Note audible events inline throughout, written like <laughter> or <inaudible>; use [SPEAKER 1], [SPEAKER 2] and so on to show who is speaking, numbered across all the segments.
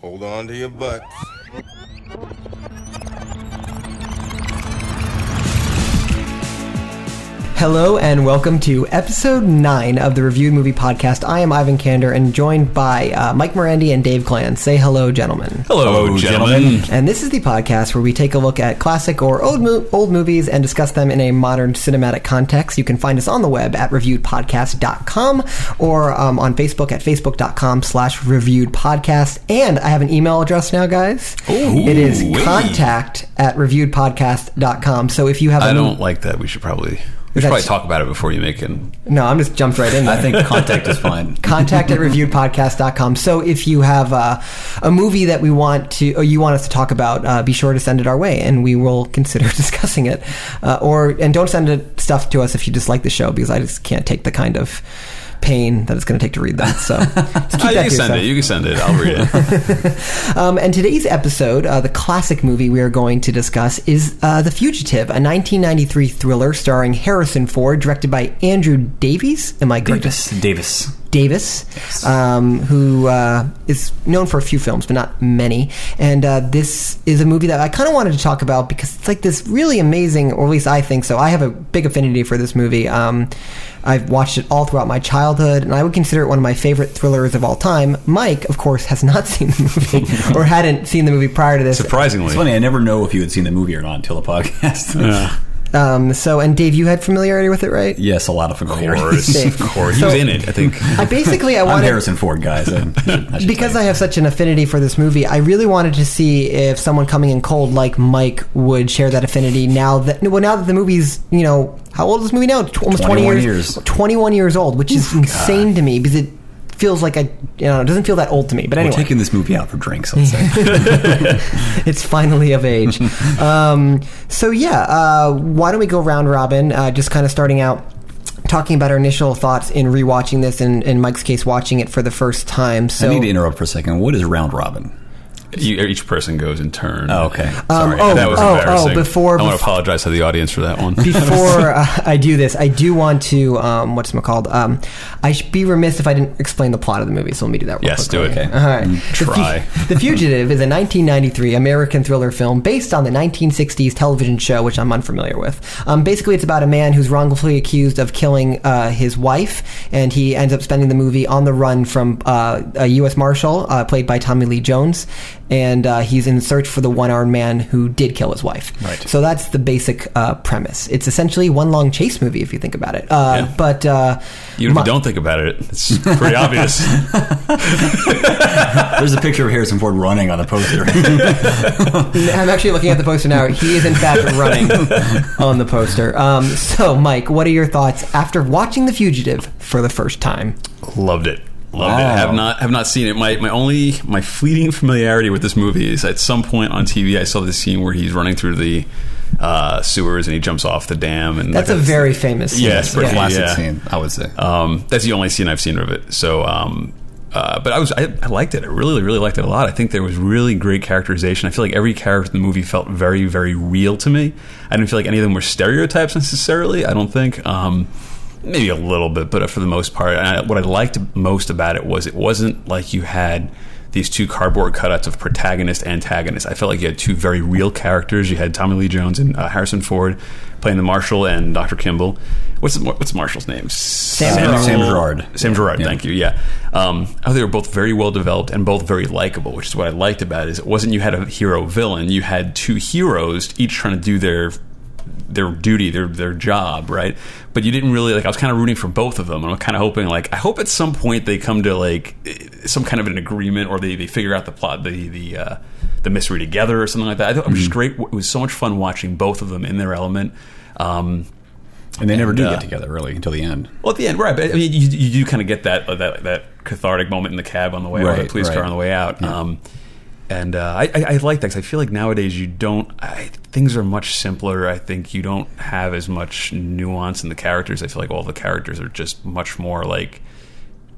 [SPEAKER 1] Hold on to your butts.
[SPEAKER 2] Hello and welcome to episode 9 of the Reviewed Movie Podcast. I am Ivan Kander and joined by uh, Mike Morandi and Dave Clan. Say hello, gentlemen.
[SPEAKER 3] Hello, Oh, gentlemen.
[SPEAKER 2] And this is the podcast where we take a look at classic or old mo- old movies and discuss them in a modern cinematic context. You can find us on the web at reviewedpodcast.com or um, on Facebook at facebook.com slash reviewedpodcast. And I have an email address now, guys. it is
[SPEAKER 3] Ooh-wee.
[SPEAKER 2] contact at reviewedpodcast.com. So if you have
[SPEAKER 3] I
[SPEAKER 2] a
[SPEAKER 3] don't like that. We should probably we should probably
[SPEAKER 2] That's-
[SPEAKER 3] talk about it before you make it.
[SPEAKER 2] No, I'm just jumped right in there.
[SPEAKER 4] I think contact
[SPEAKER 3] <laughs>
[SPEAKER 4] is fine.
[SPEAKER 2] contact at reviewedpodcast.com. So if you have uh, a movie that we want to, or you want us to talk about, uh, be sure to send it our way and we will consider <laughs> discussing it. Uh, or, and don't send it, stuff to us if you dislike the show because I just can't take the kind of pain that it's going to take to read that.
[SPEAKER 3] <laughs>
[SPEAKER 2] So just keep
[SPEAKER 3] Ah, you
[SPEAKER 2] that
[SPEAKER 3] can
[SPEAKER 2] to
[SPEAKER 3] send
[SPEAKER 2] yourself.
[SPEAKER 3] it. You can send it. I'll read <laughs> it.
[SPEAKER 2] Um, and today's episode, uh, the classic movie we are going to discuss, is uh, The Fugitive, a 1993 thriller starring Harrison Ford, directed by Andrew Davies. Am I correct?
[SPEAKER 4] Davis. Davis.
[SPEAKER 2] Davis, um, who uh, is known for a few films, but not many. And uh, this is a movie that I kind of wanted to talk about because it's like this really amazing, or at least I think so. I have a big affinity for this movie. Um, I've watched it all throughout my childhood, and I would consider it one of my favorite thrillers of all time. Mike, of course, has not <laughs> seen the movie or hadn't seen the movie prior to this.
[SPEAKER 4] It's
[SPEAKER 3] Surprisingly,
[SPEAKER 4] funny. I never know if you had seen the movie or not until the podcast.
[SPEAKER 2] Um, so, and Dave, you had familiarity with it, right?
[SPEAKER 4] <laughs> yes, a lot of familiarity.
[SPEAKER 3] of course, of course, he was in it. I think.
[SPEAKER 2] I basically I
[SPEAKER 4] I'm
[SPEAKER 2] wanted
[SPEAKER 4] Harrison Ford, guys. I,
[SPEAKER 3] <laughs>
[SPEAKER 4] I should
[SPEAKER 2] because
[SPEAKER 4] say.
[SPEAKER 2] I have such an affinity for this movie, I really wanted to see if someone coming in cold like Mike would share that affinity. Now that well, now that the movie's you know how old is this movie now? Tw- Almost twenty
[SPEAKER 4] 21
[SPEAKER 2] years,
[SPEAKER 4] years. Oh
[SPEAKER 2] Twenty one years old, which is insane to me because it feels like I you know it doesn't feel that old to me. But
[SPEAKER 4] we're
[SPEAKER 2] anyway,
[SPEAKER 4] taking this movie out for
[SPEAKER 2] <laughs>
[SPEAKER 4] drinks. I'll say.
[SPEAKER 2] it's finally of
[SPEAKER 4] <laughs>
[SPEAKER 2] age. um, so yeah, uh, why don't we go round robin? Uh, just kind of starting out. Talking about our initial thoughts in rewatching this, and in Mike's case, watching it for the first time. So
[SPEAKER 4] I need to interrupt for a second. What is round robin?
[SPEAKER 3] You, each person goes in turn.
[SPEAKER 4] Oh, okay.
[SPEAKER 3] Sorry, <laughs>
[SPEAKER 2] oh,
[SPEAKER 3] that was
[SPEAKER 2] oh, oh,
[SPEAKER 3] embarrassing.
[SPEAKER 2] before-
[SPEAKER 3] I want
[SPEAKER 2] bef-
[SPEAKER 3] to apologize to the audience for that one. <laughs>
[SPEAKER 2] before uh, I do this, I do want to um, what's it called? Um, I should be remiss if I didn't explain the plot of the movie. So let me do that. Real
[SPEAKER 3] Yes, do
[SPEAKER 2] quickly.
[SPEAKER 3] it.
[SPEAKER 2] All right. The Fu-
[SPEAKER 3] Mm, Try.
[SPEAKER 2] the Fugitive is a 1993 American thriller film based on the 1960s television show, which I'm unfamiliar with. Um, basically, it's about a man who's wrongfully accused of killing uh, his wife, and he ends up spending the movie on the run from uh, a U.S. Marshal, uh, played by Tommy Lee Jones, and uh, he's in search for the one-armed man who did kill his wife.
[SPEAKER 4] Right.
[SPEAKER 2] So that's the basic uh, premise. It's essentially one long chase movie if you think about it. Uh,
[SPEAKER 3] Yeah.
[SPEAKER 2] But uh,
[SPEAKER 3] You if
[SPEAKER 2] my-
[SPEAKER 3] you don't think about it. It's pretty <laughs> obvious.
[SPEAKER 4] There's a picture of Harrison Ford running on the poster. <laughs>
[SPEAKER 2] I'm actually looking at the poster now. He is in
[SPEAKER 3] <laughs>
[SPEAKER 2] fact running on the poster. Um, so, Mike, what are your thoughts after watching The Fugitive for the first time?
[SPEAKER 3] Loved it. Loved
[SPEAKER 4] Wow.
[SPEAKER 3] it. Have not have not seen it. My my only my fleeting familiarity with this movie is at some point on TV I saw the scene where he's running through the uh, sewers and he jumps off the dam and
[SPEAKER 2] That's
[SPEAKER 3] that
[SPEAKER 2] a
[SPEAKER 3] kind of-
[SPEAKER 2] very famous. scene.
[SPEAKER 3] Yeah, it's pretty-
[SPEAKER 4] Classic
[SPEAKER 3] yeah.
[SPEAKER 4] scene, I would say.
[SPEAKER 3] Um, that's the only scene I've seen of it. So, um, uh, but I was I, I liked it. I really really liked it a lot. I think there was really great characterization. I feel like every character in the movie felt very very real to me. I didn't feel like any of them were stereotypes necessarily. I don't think. Um, maybe a little bit, but for the most part, and I, what I liked most about it was it wasn't like you had these two cardboard cutouts of protagonist antagonist. I felt like you had two very real characters. You had Tommy Lee Jones and uh, Harrison Ford playing the Marshal and Dr. Kimball. What's what's Marshal's name? Sam,
[SPEAKER 2] Gerard.
[SPEAKER 4] Sam Gerard.
[SPEAKER 3] Sam Gerard.
[SPEAKER 4] Yeah.
[SPEAKER 3] Thank you. Yeah. Um, oh, they were both very well developed and both very likable, which is what I liked about it. Is it wasn't you had a hero villain. You had two heroes, each trying to do their their duty, their their job, right? But you didn't really like. I was kind of rooting for both of them, and I'm kind of hoping like I hope at some point they come to like eh, some kind of an agreement, or they, they figure out the plot, the the uh, the mystery together, or something like that. I thought it was
[SPEAKER 4] Mm-hmm.
[SPEAKER 3] just great. It was so much fun watching both of them in their element. Um,
[SPEAKER 4] and they never do
[SPEAKER 3] uh,
[SPEAKER 4] get together, really, until the end.
[SPEAKER 3] well, at the end, right? But I mean, you, you do kind of get that uh, that that cathartic moment in the cab on the way, or the
[SPEAKER 4] Right,
[SPEAKER 3] police car
[SPEAKER 4] right.
[SPEAKER 3] on the way out. Um, and uh, I, I, I like that 'cause I feel like nowadays you don't. I, things are much simpler. I think you don't have as much nuance in the characters. I feel like all the characters are just much more like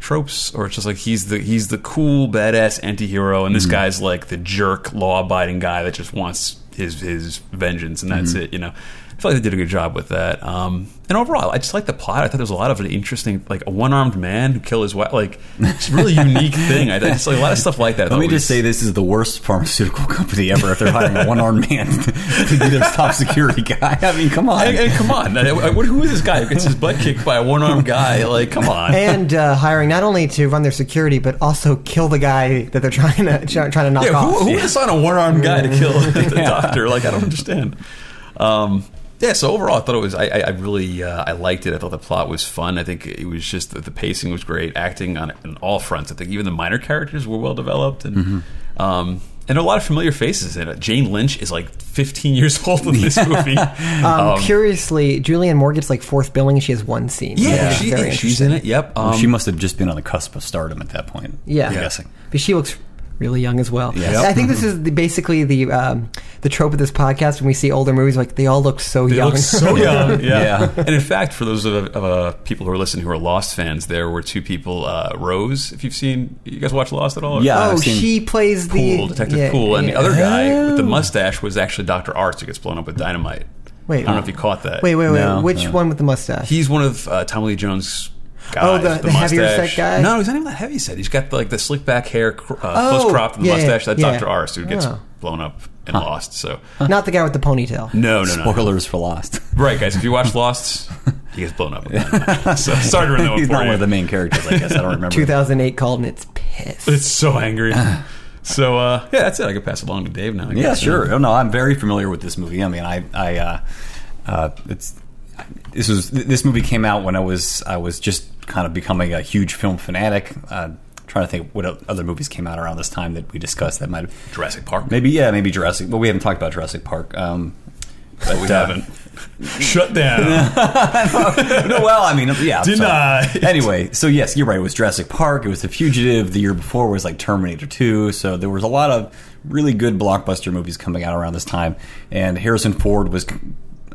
[SPEAKER 3] tropes or it's just like he's the he's the cool badass anti-hero
[SPEAKER 4] Mm-hmm.
[SPEAKER 3] and this guy's
[SPEAKER 4] Mm-hmm.
[SPEAKER 3] like the jerk law-abiding guy that just wants his his vengeance and that's it you know I feel like they did a good job with that. Um, and overall, I just like the plot. I thought there was a lot of interesting, like a one-armed man who killed his wife. Like it's a really
[SPEAKER 4] <laughs>
[SPEAKER 3] unique thing. I I just like a lot of stuff like that. I
[SPEAKER 4] Let
[SPEAKER 3] thought
[SPEAKER 4] me
[SPEAKER 3] was-
[SPEAKER 4] just say this is the worst pharmaceutical <laughs> company ever if they're hiring a one armed man <laughs> to be their top security guy. I mean, come on.
[SPEAKER 3] And, and come on, I- I- what- who is this guy who gets his butt kicked by a one-armed guy? Like, come on.
[SPEAKER 2] and uh, hiring not only to run their security but also kill the guy that they're trying to try, trying to knock
[SPEAKER 3] yeah,
[SPEAKER 2] off.
[SPEAKER 3] who, who would assign a one-armed guy to
[SPEAKER 2] <laughs>
[SPEAKER 3] kill the doctor? Like, I don't understand. Um, yeah, so overall, I thought it was. I, I, I really, uh, I liked it. I thought the plot was fun. I think it was just that the pacing was great, acting on, on all fronts. I think even the minor characters were well developed, and
[SPEAKER 2] Mm-hmm.
[SPEAKER 3] um, and a lot of familiar faces in it. Jane Lynch is like 15 years <laughs> old in this
[SPEAKER 2] <laughs>
[SPEAKER 3] movie.
[SPEAKER 2] Um,
[SPEAKER 3] Um,
[SPEAKER 2] curiously, Julianne Moore gets like fourth billing. and She has one scene.
[SPEAKER 3] yeah,
[SPEAKER 2] It's
[SPEAKER 3] she-
[SPEAKER 2] very
[SPEAKER 3] she's
[SPEAKER 2] interesting.
[SPEAKER 3] in it. Yep, um,
[SPEAKER 4] she must have just been on the cusp of stardom at that point.
[SPEAKER 2] Yeah,
[SPEAKER 4] I'm guessing.
[SPEAKER 2] But she looks really young as well.
[SPEAKER 4] Yes.
[SPEAKER 2] I think this
[SPEAKER 3] Mm-hmm.
[SPEAKER 2] is the, basically the um, the trope of this podcast when we see older movies like they all look so
[SPEAKER 3] They
[SPEAKER 2] young. <laughs>
[SPEAKER 3] look so young. Yeah.
[SPEAKER 4] Yeah.
[SPEAKER 3] And in fact, for those of, of uh, people who are listening who are Lost fans, there were two people, uh, Rose, if you've seen, you guys watch Lost at all?
[SPEAKER 4] Yeah.
[SPEAKER 2] oh,
[SPEAKER 4] Uh, I've seen
[SPEAKER 2] she plays the
[SPEAKER 3] Pool, Detective
[SPEAKER 2] yeah,
[SPEAKER 3] Pool. And
[SPEAKER 2] yeah.
[SPEAKER 3] the other guy with the mustache was actually Dr. Arts who gets blown up with dynamite.
[SPEAKER 2] Wait,
[SPEAKER 3] I don't know if you caught that.
[SPEAKER 2] Wait, wait, wait.
[SPEAKER 4] No,
[SPEAKER 2] Which
[SPEAKER 4] no.
[SPEAKER 2] one with the mustache?
[SPEAKER 3] He's one of uh, Tommy Lee Jones' guys.
[SPEAKER 2] Oh, the-
[SPEAKER 3] with
[SPEAKER 2] the heavier set
[SPEAKER 3] mustache.
[SPEAKER 2] guy?
[SPEAKER 3] No, he's not even that heavy set. He's got like the slick back hair, cr- uh,
[SPEAKER 2] Oh,
[SPEAKER 3] close cropped, and the
[SPEAKER 2] yeah,
[SPEAKER 3] mustache. That's
[SPEAKER 2] yeah.
[SPEAKER 3] Dr. Arts who gets
[SPEAKER 2] Oh.
[SPEAKER 3] blown up and lost. So,
[SPEAKER 2] Not the guy with the ponytail.
[SPEAKER 3] no, no, no.
[SPEAKER 4] Spoilers for Lost.
[SPEAKER 3] Right, guys. If you watch Lost, <laughs> he gets blown up. With dynamite. so sorry to
[SPEAKER 4] <laughs>
[SPEAKER 3] ruin that one
[SPEAKER 4] He's
[SPEAKER 3] for
[SPEAKER 4] not
[SPEAKER 3] you.
[SPEAKER 4] one of the main characters, I guess. I
[SPEAKER 3] <laughs>
[SPEAKER 4] don't remember.
[SPEAKER 2] 2008 called and it's pissed.
[SPEAKER 3] It's so angry. <laughs> so uh, yeah, that's it. I could pass it along to Dave now. I
[SPEAKER 4] Yeah,
[SPEAKER 3] guess.
[SPEAKER 4] sure. Oh, no, I'm very familiar with this movie. I mean, I, I, uh, uh, it's this was this movie came out when I was I was just kind of becoming a huge film fanatic. Uh, trying to think what o- other movies came out around this time that we discussed that might have
[SPEAKER 3] Jurassic Park.
[SPEAKER 4] maybe yeah maybe Jurassic. Well, we haven't talked about Jurassic Park. Um, but
[SPEAKER 3] we
[SPEAKER 4] uh,
[SPEAKER 3] haven't. Shut
[SPEAKER 4] <laughs>
[SPEAKER 3] down.
[SPEAKER 4] no, well, I mean, yeah. I'm sorry.
[SPEAKER 3] Denied.
[SPEAKER 4] Anyway, so yes, you're right. It was Jurassic Park. It was The Fugitive. The year before was like Terminator 2. So there was a lot of really good blockbuster movies coming out around this time. And Harrison Ford was,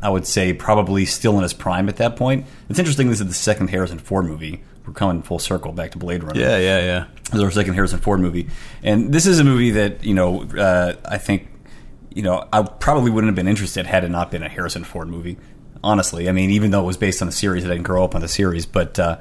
[SPEAKER 4] I would say, probably still in his prime at that point. It's interesting. This is the second Harrison Ford movie. We're coming full circle back to Blade Runner
[SPEAKER 3] yeah, yeah, yeah.
[SPEAKER 4] is our second Harrison Ford movie, and this is a movie that you know uh, I think you know I probably wouldn't have been interested had it not been a Harrison Ford movie. Honestly, I mean, even though it was based on a series, I didn't grow up on the series, but uh,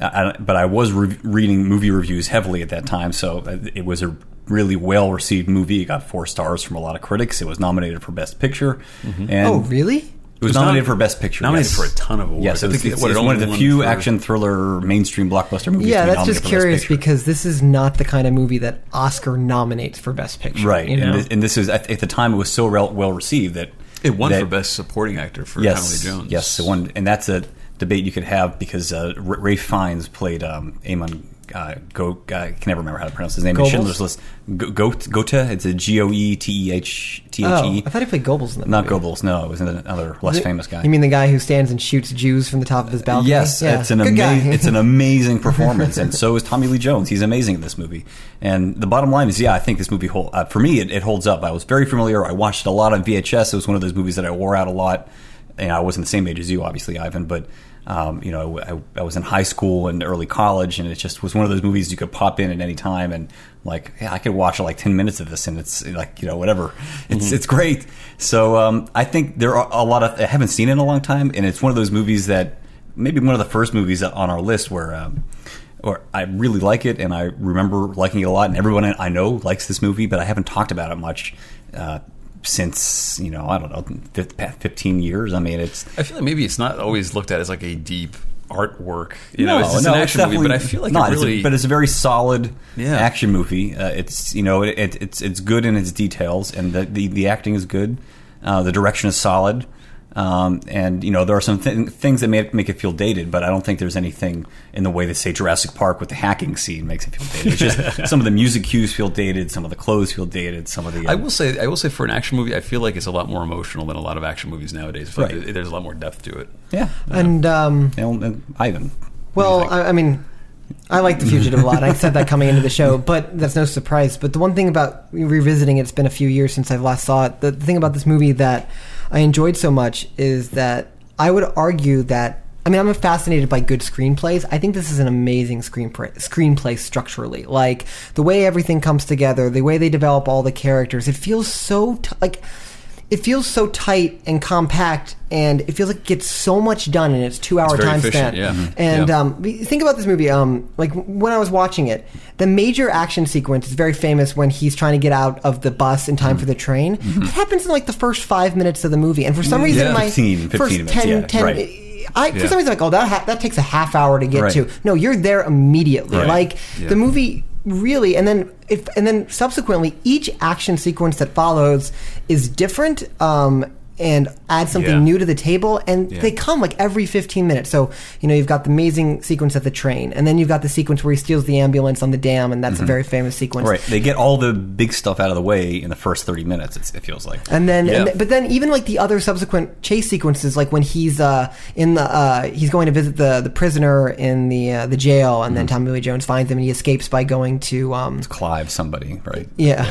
[SPEAKER 4] I, I- but I was re- reading movie reviews heavily at that time, so it was a really well received movie. It got four stars from a lot of critics. It was nominated for Best Picture,
[SPEAKER 3] Mm-hmm.
[SPEAKER 4] and
[SPEAKER 2] Oh, really?
[SPEAKER 4] it was,
[SPEAKER 3] was
[SPEAKER 4] nominated
[SPEAKER 3] nom-
[SPEAKER 4] for Best Picture.
[SPEAKER 3] nominated
[SPEAKER 4] yes.
[SPEAKER 3] for a ton of awards.
[SPEAKER 4] Yes,
[SPEAKER 3] I
[SPEAKER 4] it was,
[SPEAKER 3] think it-
[SPEAKER 4] it's,
[SPEAKER 3] what, it
[SPEAKER 4] it's
[SPEAKER 3] only
[SPEAKER 4] one of the
[SPEAKER 3] won
[SPEAKER 4] few
[SPEAKER 3] for-
[SPEAKER 4] action thriller mainstream blockbuster movies.
[SPEAKER 2] Yeah,
[SPEAKER 4] to be
[SPEAKER 2] that's
[SPEAKER 4] nominated
[SPEAKER 2] just
[SPEAKER 4] for Best
[SPEAKER 2] curious
[SPEAKER 4] Picture.
[SPEAKER 2] because this is not the kind of movie that Oscar nominates for Best Picture.
[SPEAKER 4] right?
[SPEAKER 2] You know?
[SPEAKER 4] and, this, and this is at, at the time it was so rel- well received that
[SPEAKER 3] It won
[SPEAKER 4] that-
[SPEAKER 3] for best supporting actor for
[SPEAKER 4] Yes,
[SPEAKER 3] Tommy Lee Jones.
[SPEAKER 4] yes, it won, and that's a debate you could have because uh, R- Ray Fiennes played um, Amon. Uh, Go, I can never remember how to pronounce his name. It's
[SPEAKER 2] Goebbels?
[SPEAKER 4] Schindler's List. Go, Goethe- Goethe. It's a G O E T E H T H
[SPEAKER 2] Oh,
[SPEAKER 4] E.
[SPEAKER 2] I thought he played Goebbels in the
[SPEAKER 4] Not
[SPEAKER 2] movie.
[SPEAKER 4] Goebbels. No, it was another less famous guy.
[SPEAKER 2] You mean the guy who stands and shoots Jews from the top of his balcony?
[SPEAKER 4] Yes,
[SPEAKER 2] Yeah.
[SPEAKER 4] it's an
[SPEAKER 2] Good guy.
[SPEAKER 4] amazing it's an
[SPEAKER 2] <laughs>
[SPEAKER 4] amazing performance, and so is Tommy Lee Jones. He's amazing in this movie. And the bottom line is, yeah, I think this movie hold, uh, for me it, it holds up. I was very familiar. I watched it a lot on VHS. It was one of those movies that I wore out a lot. And I wasn't the same age as you, obviously, Ivan, but um, you know, I, I was in high school and early college, and it just was one of those movies you could pop in at any time and like, yeah, I could watch like ten minutes of this, and it's like you know whatever, it's
[SPEAKER 2] Mm-hmm.
[SPEAKER 4] it's great. So um, I think there are a lot of I haven't seen it in a long time, and it's one of those movies that maybe one of the first movies on our list where um, or I really like it and I remember liking it a lot and everyone I know likes this movie but I haven't talked about it much uh, since you know I don't know fif- past 15 years I mean it's
[SPEAKER 3] I feel like maybe it's not always looked at as like a deep artwork. You know,
[SPEAKER 4] no,
[SPEAKER 3] it's just
[SPEAKER 4] no,
[SPEAKER 3] an
[SPEAKER 4] it's
[SPEAKER 3] action movie, but I
[SPEAKER 4] definitely
[SPEAKER 3] feel like
[SPEAKER 4] not.
[SPEAKER 3] it
[SPEAKER 4] It's a-
[SPEAKER 3] really.
[SPEAKER 4] but it's a very solid
[SPEAKER 3] Yeah.
[SPEAKER 4] action movie. Uh, it's you know it, it, it's it's good in its details, and the the, the acting is good. Uh, the direction is solid, um, and you know there are some th- things that may make it feel dated, but I don't think there's anything in the way that say Jurassic Park with the hacking scene makes it feel dated. It's
[SPEAKER 3] <laughs>
[SPEAKER 4] just some of the music cues feel dated, some of the clothes feel dated, some of the uh,
[SPEAKER 3] I will say, I will say, for an action movie, I feel like it's a lot more emotional than a lot of action movies nowadays. I feel like
[SPEAKER 4] Right.
[SPEAKER 3] there- there's a lot more depth to it.
[SPEAKER 4] yeah.
[SPEAKER 2] And um,
[SPEAKER 4] And, and Ivan,
[SPEAKER 2] Well, I, I mean, I like The Fugitive a lot. I said that coming into the
[SPEAKER 3] <laughs>
[SPEAKER 2] show, but that's no surprise. But the one thing about revisiting it, it's been a few years since I last saw it. The thing about this movie that I enjoyed so much is that I would argue that. I mean, I'm fascinated by good screenplays. I think this is an amazing screenplay, screenplay structurally. Like the way everything comes together, the way they develop all the characters. It feels so t- like it feels so tight and compact, and it feels like it gets so much done in its two hour
[SPEAKER 3] very
[SPEAKER 2] time span.
[SPEAKER 3] efficient, yeah. Mhm.
[SPEAKER 2] And
[SPEAKER 3] Yeah.
[SPEAKER 2] um, we- think about this movie. Um, like when I was watching it, the major action sequence is very famous when he's trying to get out of the bus in time for the train. It happens in like the first five minutes of the movie, and for some reason,
[SPEAKER 3] Mm-hmm. Yeah.
[SPEAKER 2] my
[SPEAKER 4] 15, 15
[SPEAKER 2] first
[SPEAKER 4] minutes,
[SPEAKER 2] 10,
[SPEAKER 4] yeah,
[SPEAKER 2] 10
[SPEAKER 4] right.
[SPEAKER 2] I, for
[SPEAKER 3] Yeah.
[SPEAKER 2] some reason, like, oh, that ha- that takes a half hour to get
[SPEAKER 4] Right.
[SPEAKER 2] to. No, you're there immediately.
[SPEAKER 3] Right.
[SPEAKER 2] Like
[SPEAKER 3] Yeah.
[SPEAKER 2] the movie really, and then if, and then subsequently, each action sequence that follows is different um, and adds something
[SPEAKER 3] Yeah.
[SPEAKER 2] new to the table. And
[SPEAKER 3] Yeah.
[SPEAKER 2] they come like every 15 minutes. So you know you've got the amazing sequence at the train, and then you've got the sequence where he steals the ambulance on the dam, and that's a
[SPEAKER 3] Mm-hmm.
[SPEAKER 2] very famous sequence.
[SPEAKER 4] Right. They get all the big stuff out of the way in the first 30 minutes, it's, it feels like.
[SPEAKER 2] And then, and
[SPEAKER 3] Yeah.
[SPEAKER 2] th- but then even like the other subsequent chase sequences, like when he's uh, in the uh, he's going to visit the the prisoner in the uh, the jail, and then
[SPEAKER 3] Mm-hmm.
[SPEAKER 2] Tommy Lee Jones finds him, and he escapes by going to um,
[SPEAKER 4] Clive, somebody, right?
[SPEAKER 2] yeah,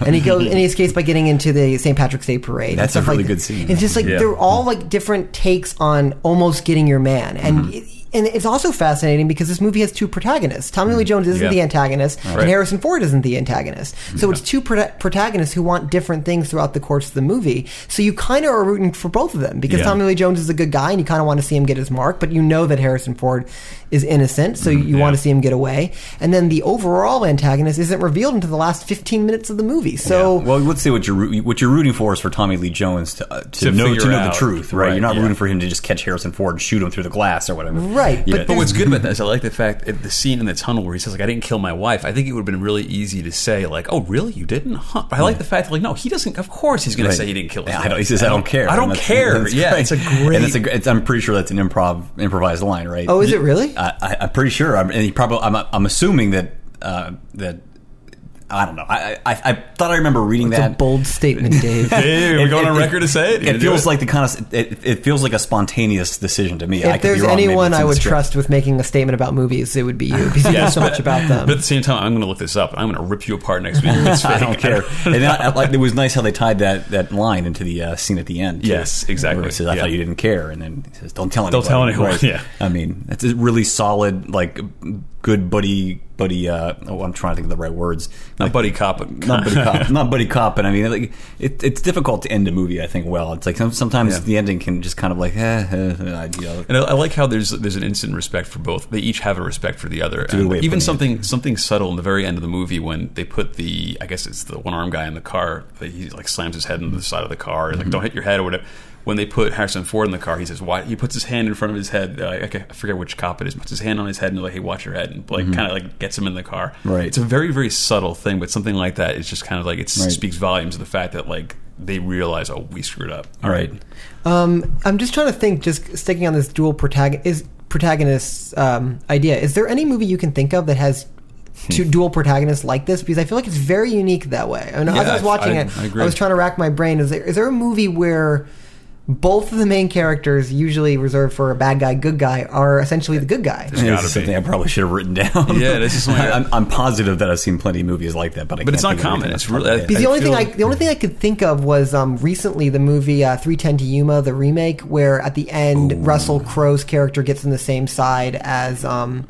[SPEAKER 4] <laughs>
[SPEAKER 2] and he goes and he escapes by getting into the St. Patrick's Day parade. and
[SPEAKER 4] That's a
[SPEAKER 2] stuff
[SPEAKER 4] really
[SPEAKER 2] like that.
[SPEAKER 4] good scene.
[SPEAKER 2] It's just like
[SPEAKER 3] Yeah.
[SPEAKER 2] they're all like different takes on almost getting your man, and.
[SPEAKER 4] Mm-hmm.
[SPEAKER 2] It, and it's also fascinating because this movie has two protagonists. Tommy
[SPEAKER 4] Mm-hmm.
[SPEAKER 2] Lee Jones isn't
[SPEAKER 3] Yeah.
[SPEAKER 2] the antagonist,
[SPEAKER 3] Right.
[SPEAKER 2] and Harrison Ford isn't the antagonist. So it's two prota- protagonists who want different things throughout the course of the movie. So you kind of are rooting for both of them because
[SPEAKER 3] Yeah.
[SPEAKER 2] Tommy Lee Jones is a good guy, and you kind of want to see him get his mark, but you know that Harrison Ford is innocent, so
[SPEAKER 4] Mm-hmm.
[SPEAKER 2] you want
[SPEAKER 3] Yeah.
[SPEAKER 2] to see see him get away. And then the overall antagonist isn't revealed until the last 15 minutes of the movie. So,
[SPEAKER 4] Yeah. well, let's say what you're roo- what you're rooting for is for Tommy Lee Jones to uh, to,
[SPEAKER 3] To
[SPEAKER 4] know
[SPEAKER 3] figure
[SPEAKER 4] to know
[SPEAKER 3] out.
[SPEAKER 4] the truth, right?
[SPEAKER 3] Right,
[SPEAKER 4] You're not
[SPEAKER 3] yeah.
[SPEAKER 4] rooting for him to just catch Harrison Ford and shoot him through the glass or whatever,
[SPEAKER 2] Right,
[SPEAKER 4] Yeah.
[SPEAKER 2] but
[SPEAKER 3] But what's good about that is I like the fact that the scene in the tunnel where he says like I didn't kill my wife. I think it would have been really easy to say like Oh, really? You didn't? Huh. But I like the fact that like No, he doesn't. Of course, he's going
[SPEAKER 4] Right.
[SPEAKER 3] to say he didn't kill his
[SPEAKER 4] Yeah,
[SPEAKER 3] wife.
[SPEAKER 4] I don't, he says, "I don't care."
[SPEAKER 3] I
[SPEAKER 4] And
[SPEAKER 3] don't
[SPEAKER 4] that's-
[SPEAKER 3] care.
[SPEAKER 4] that's
[SPEAKER 3] yeah,
[SPEAKER 4] right.
[SPEAKER 3] it's a great.
[SPEAKER 4] <laughs> And it's a, gr- it's, I'm pretty sure that's an improv improvised line, right?
[SPEAKER 2] Oh, is it really?
[SPEAKER 4] I, I, I'm pretty sure. I'm, and he probably. I'm, I'm assuming that uh, that I don't know. I, I I thought I remember reading
[SPEAKER 2] it's
[SPEAKER 4] that.
[SPEAKER 2] a bold statement,
[SPEAKER 4] <laughs>
[SPEAKER 2] Dave.
[SPEAKER 3] hey,
[SPEAKER 4] It-
[SPEAKER 3] we're going
[SPEAKER 4] it-
[SPEAKER 3] on record to say it. You
[SPEAKER 4] It
[SPEAKER 3] gonna do
[SPEAKER 4] feels like the kind of it, it feels like a spontaneous decision to me. I
[SPEAKER 2] if
[SPEAKER 4] could be
[SPEAKER 2] there's
[SPEAKER 4] wrong, maybe
[SPEAKER 2] anyone
[SPEAKER 4] it's in
[SPEAKER 2] I
[SPEAKER 4] the
[SPEAKER 2] would
[SPEAKER 4] script.
[SPEAKER 2] trust with making a statement about movies, it would be you because you know so much about them.
[SPEAKER 3] But at the same time, I'm going to look this up and I'm going to rip you apart next week. It's
[SPEAKER 4] <laughs> I
[SPEAKER 3] fake. <laughs>
[SPEAKER 4] don't care. And then I, I like, it was nice how they tied that, that line into the uh, scene at the end. too.
[SPEAKER 3] Yes, exactly.
[SPEAKER 4] Where he says, "I
[SPEAKER 3] Yeah.
[SPEAKER 4] thought you didn't care," and then he says, "Don't tell anyone."
[SPEAKER 3] Don't tell anyone, <laughs>
[SPEAKER 4] Right.
[SPEAKER 3] yeah.
[SPEAKER 4] I mean, that's a really solid, like good buddy, buddy. Uh, oh, I'm trying to think of the right words.
[SPEAKER 3] Not buddy cop. but-
[SPEAKER 4] Not
[SPEAKER 3] <laughs>
[SPEAKER 4] buddy cop. Not buddy cop. And I mean, like, it, it's difficult to end a movie. I think well, it's like some- sometimes
[SPEAKER 3] Yeah.
[SPEAKER 4] the ending can just kind of like, eh, eh, eh, you know,
[SPEAKER 3] And I, I like how there's there's an instant respect for both. They each have a respect for the other.
[SPEAKER 4] good
[SPEAKER 3] And
[SPEAKER 4] way of putting
[SPEAKER 3] even
[SPEAKER 4] it.
[SPEAKER 3] something something subtle in the very end of the movie when they put the I guess it's the one arm guy in the car. that He like slams his head into the side of the car.
[SPEAKER 4] Mm-hmm.
[SPEAKER 3] Like don't hit your head or whatever. When they put Harrison Ford in the car, he says, "Why?" He puts his hand in front of his head. Uh, okay, I forget which cop it is. Puts his hand on his head and like, "Hey, watch your head," and like kind of like gets him in the car.
[SPEAKER 4] Mm-hmm. Right.
[SPEAKER 3] It's a very very subtle thing, but something like that is just kind of like it
[SPEAKER 4] Right.
[SPEAKER 3] speaks volumes of the fact that like they realize, "Oh, we screwed up." All right.
[SPEAKER 2] Um, I'm just trying to think, just sticking on this dual protagonist is protagonist um, idea. Is there any movie you can think of that has
[SPEAKER 3] Hmm.
[SPEAKER 2] two dual protagonists like this? Because I feel like it's very unique that way. I mean, as
[SPEAKER 3] Yeah,
[SPEAKER 2] I was watching
[SPEAKER 3] I-
[SPEAKER 2] it,
[SPEAKER 3] I
[SPEAKER 2] I,
[SPEAKER 3] agree.
[SPEAKER 2] was trying to rack my brain. Is there is there a movie where both of the main characters, usually reserved for a bad guy, good guy, are essentially the good guy?
[SPEAKER 4] Yeah, this
[SPEAKER 3] gotta
[SPEAKER 4] is something
[SPEAKER 3] be.
[SPEAKER 4] I probably should have written down.
[SPEAKER 3] Yeah,
[SPEAKER 4] <laughs>
[SPEAKER 3] this is something I-
[SPEAKER 4] I'm, I'm positive that I've seen plenty of movies like that, but I
[SPEAKER 3] But it's
[SPEAKER 4] can't
[SPEAKER 3] not
[SPEAKER 4] think of
[SPEAKER 3] common.
[SPEAKER 4] anything
[SPEAKER 3] It's
[SPEAKER 4] off the top
[SPEAKER 3] really-
[SPEAKER 4] of my head.
[SPEAKER 2] Because the
[SPEAKER 3] I
[SPEAKER 2] only thing I
[SPEAKER 3] feel-
[SPEAKER 2] the only thing I could think of was um, recently the movie uh, 310 to Yuma, the remake, where at the end Russell Crowe's character gets on the same side as um,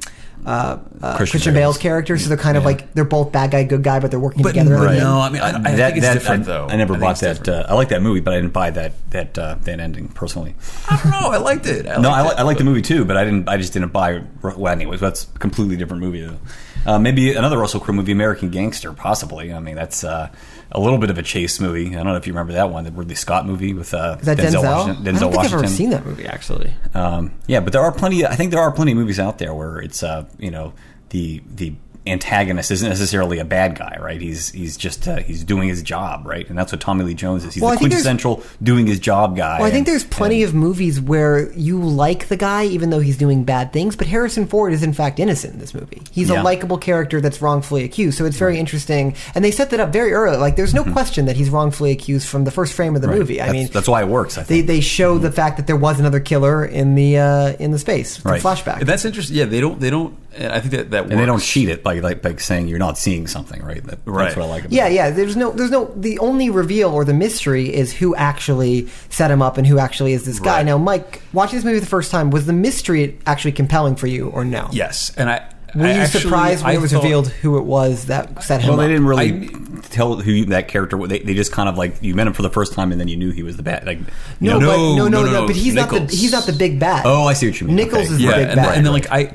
[SPEAKER 2] uh, uh, Christian,
[SPEAKER 4] Christian
[SPEAKER 2] Bale's
[SPEAKER 4] Bale's.
[SPEAKER 2] character, so they're kind of like they're both bad guy, good guy, but they're working
[SPEAKER 3] But
[SPEAKER 2] together. at the
[SPEAKER 3] Right.
[SPEAKER 2] end.
[SPEAKER 3] No, I mean, I- I think it's different,
[SPEAKER 4] I,
[SPEAKER 3] though.
[SPEAKER 4] I never
[SPEAKER 3] I think
[SPEAKER 4] bought
[SPEAKER 3] it's
[SPEAKER 4] that. Uh, I like that movie, but I didn't buy that that uh, that ending personally.
[SPEAKER 3] I don't know. I liked it. I
[SPEAKER 4] no,
[SPEAKER 3] liked
[SPEAKER 4] I, li-
[SPEAKER 3] it.
[SPEAKER 4] I like the movie too, but I didn't. I just didn't buy. Well, anyways, that's a completely different movie though. Uh, maybe another Russell Crowe movie, American Gangster, possibly. I mean, that's uh, a little bit of a chase movie. I don't know if you remember that one, the Ridley Scott movie with uh,
[SPEAKER 2] Is that Denzel?
[SPEAKER 4] Washington.
[SPEAKER 2] I don't
[SPEAKER 4] Denzel
[SPEAKER 2] think
[SPEAKER 4] Washington.
[SPEAKER 2] I've ever seen that movie actually.
[SPEAKER 3] Uh,
[SPEAKER 4] Um, yeah, but there are plenty. I think there are plenty of movies out there where it's uh, you know the the antagonist isn't necessarily a bad guy, right? He's he's just uh, he's doing his job, right? And that's what Tommy Lee Jones is. He's
[SPEAKER 2] Well, I
[SPEAKER 4] the
[SPEAKER 2] think there's-
[SPEAKER 4] quintessential doing his job guy.
[SPEAKER 2] Well, I think
[SPEAKER 4] and-
[SPEAKER 2] there's plenty of movies where you like the guy even though he's doing bad things, but Harrison Ford is in fact innocent in this movie. He's a
[SPEAKER 4] Yeah.
[SPEAKER 2] likable character that's wrongfully accused, so it's very interesting. And they set that up very early. Like, there's no question that he's wrongfully accused from the first frame of the
[SPEAKER 4] Mm-hmm. right.
[SPEAKER 2] movie. I
[SPEAKER 4] That's-
[SPEAKER 2] mean,
[SPEAKER 4] that's why it works. I
[SPEAKER 2] they
[SPEAKER 4] think.
[SPEAKER 2] they show the fact that there was another killer in the uh, in the space, the
[SPEAKER 4] Right.
[SPEAKER 2] flashback.
[SPEAKER 3] That's interesting. Yeah, they don't. They don't. and I think that that works.
[SPEAKER 4] and they don't cheat it by like by saying you're not seeing something, right? That,
[SPEAKER 3] Right.
[SPEAKER 4] That's what I like. About
[SPEAKER 2] yeah,
[SPEAKER 4] it.
[SPEAKER 2] yeah. There's no, there's no. The only reveal or the mystery is who actually set him up and who actually is this guy.
[SPEAKER 3] Right.
[SPEAKER 2] Now, Mike, watching this movie the first time, was the mystery actually compelling for you or no?
[SPEAKER 3] Yes, and I
[SPEAKER 2] Were
[SPEAKER 3] I
[SPEAKER 2] you
[SPEAKER 3] actually-
[SPEAKER 2] surprised when
[SPEAKER 3] I
[SPEAKER 2] it was
[SPEAKER 3] thought-
[SPEAKER 2] revealed who it was that set him
[SPEAKER 4] Well, they
[SPEAKER 2] up?
[SPEAKER 4] didn't really
[SPEAKER 3] I-
[SPEAKER 4] tell who you, that character. was. They, they just kind of like you met him for the first time, and then you knew he was the bad. Like
[SPEAKER 2] No,
[SPEAKER 4] you know?
[SPEAKER 2] but no, no,
[SPEAKER 3] no,
[SPEAKER 2] no,
[SPEAKER 3] no,
[SPEAKER 2] But he's not the
[SPEAKER 3] Nichols.
[SPEAKER 2] he's not the big bat.
[SPEAKER 4] Oh, I see what you mean.
[SPEAKER 2] Nichols
[SPEAKER 4] Okay.
[SPEAKER 2] is
[SPEAKER 3] yeah,
[SPEAKER 2] the big
[SPEAKER 3] and,
[SPEAKER 2] bat.
[SPEAKER 3] and then like I,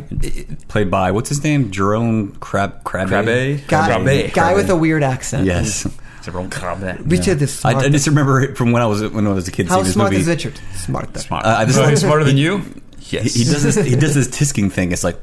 [SPEAKER 4] played by what's his name, Jerome Crab Crabbe.
[SPEAKER 3] Crabbe?
[SPEAKER 2] guy,
[SPEAKER 3] Crabbe.
[SPEAKER 2] guy with a weird accent.
[SPEAKER 4] Yes,
[SPEAKER 3] <laughs>
[SPEAKER 2] Richard is
[SPEAKER 4] I,
[SPEAKER 2] smart.
[SPEAKER 4] I just remember it from when I was when I was a kid.
[SPEAKER 2] How
[SPEAKER 4] seeing this
[SPEAKER 2] smart
[SPEAKER 4] movie.
[SPEAKER 2] is Richard? Smart though.
[SPEAKER 3] smart.
[SPEAKER 4] Uh, I just-
[SPEAKER 3] Oh, he's smarter than you.
[SPEAKER 4] He,
[SPEAKER 3] Yes,
[SPEAKER 4] he does this. He does this tisking thing.
[SPEAKER 3] <laughs>
[SPEAKER 4] It's like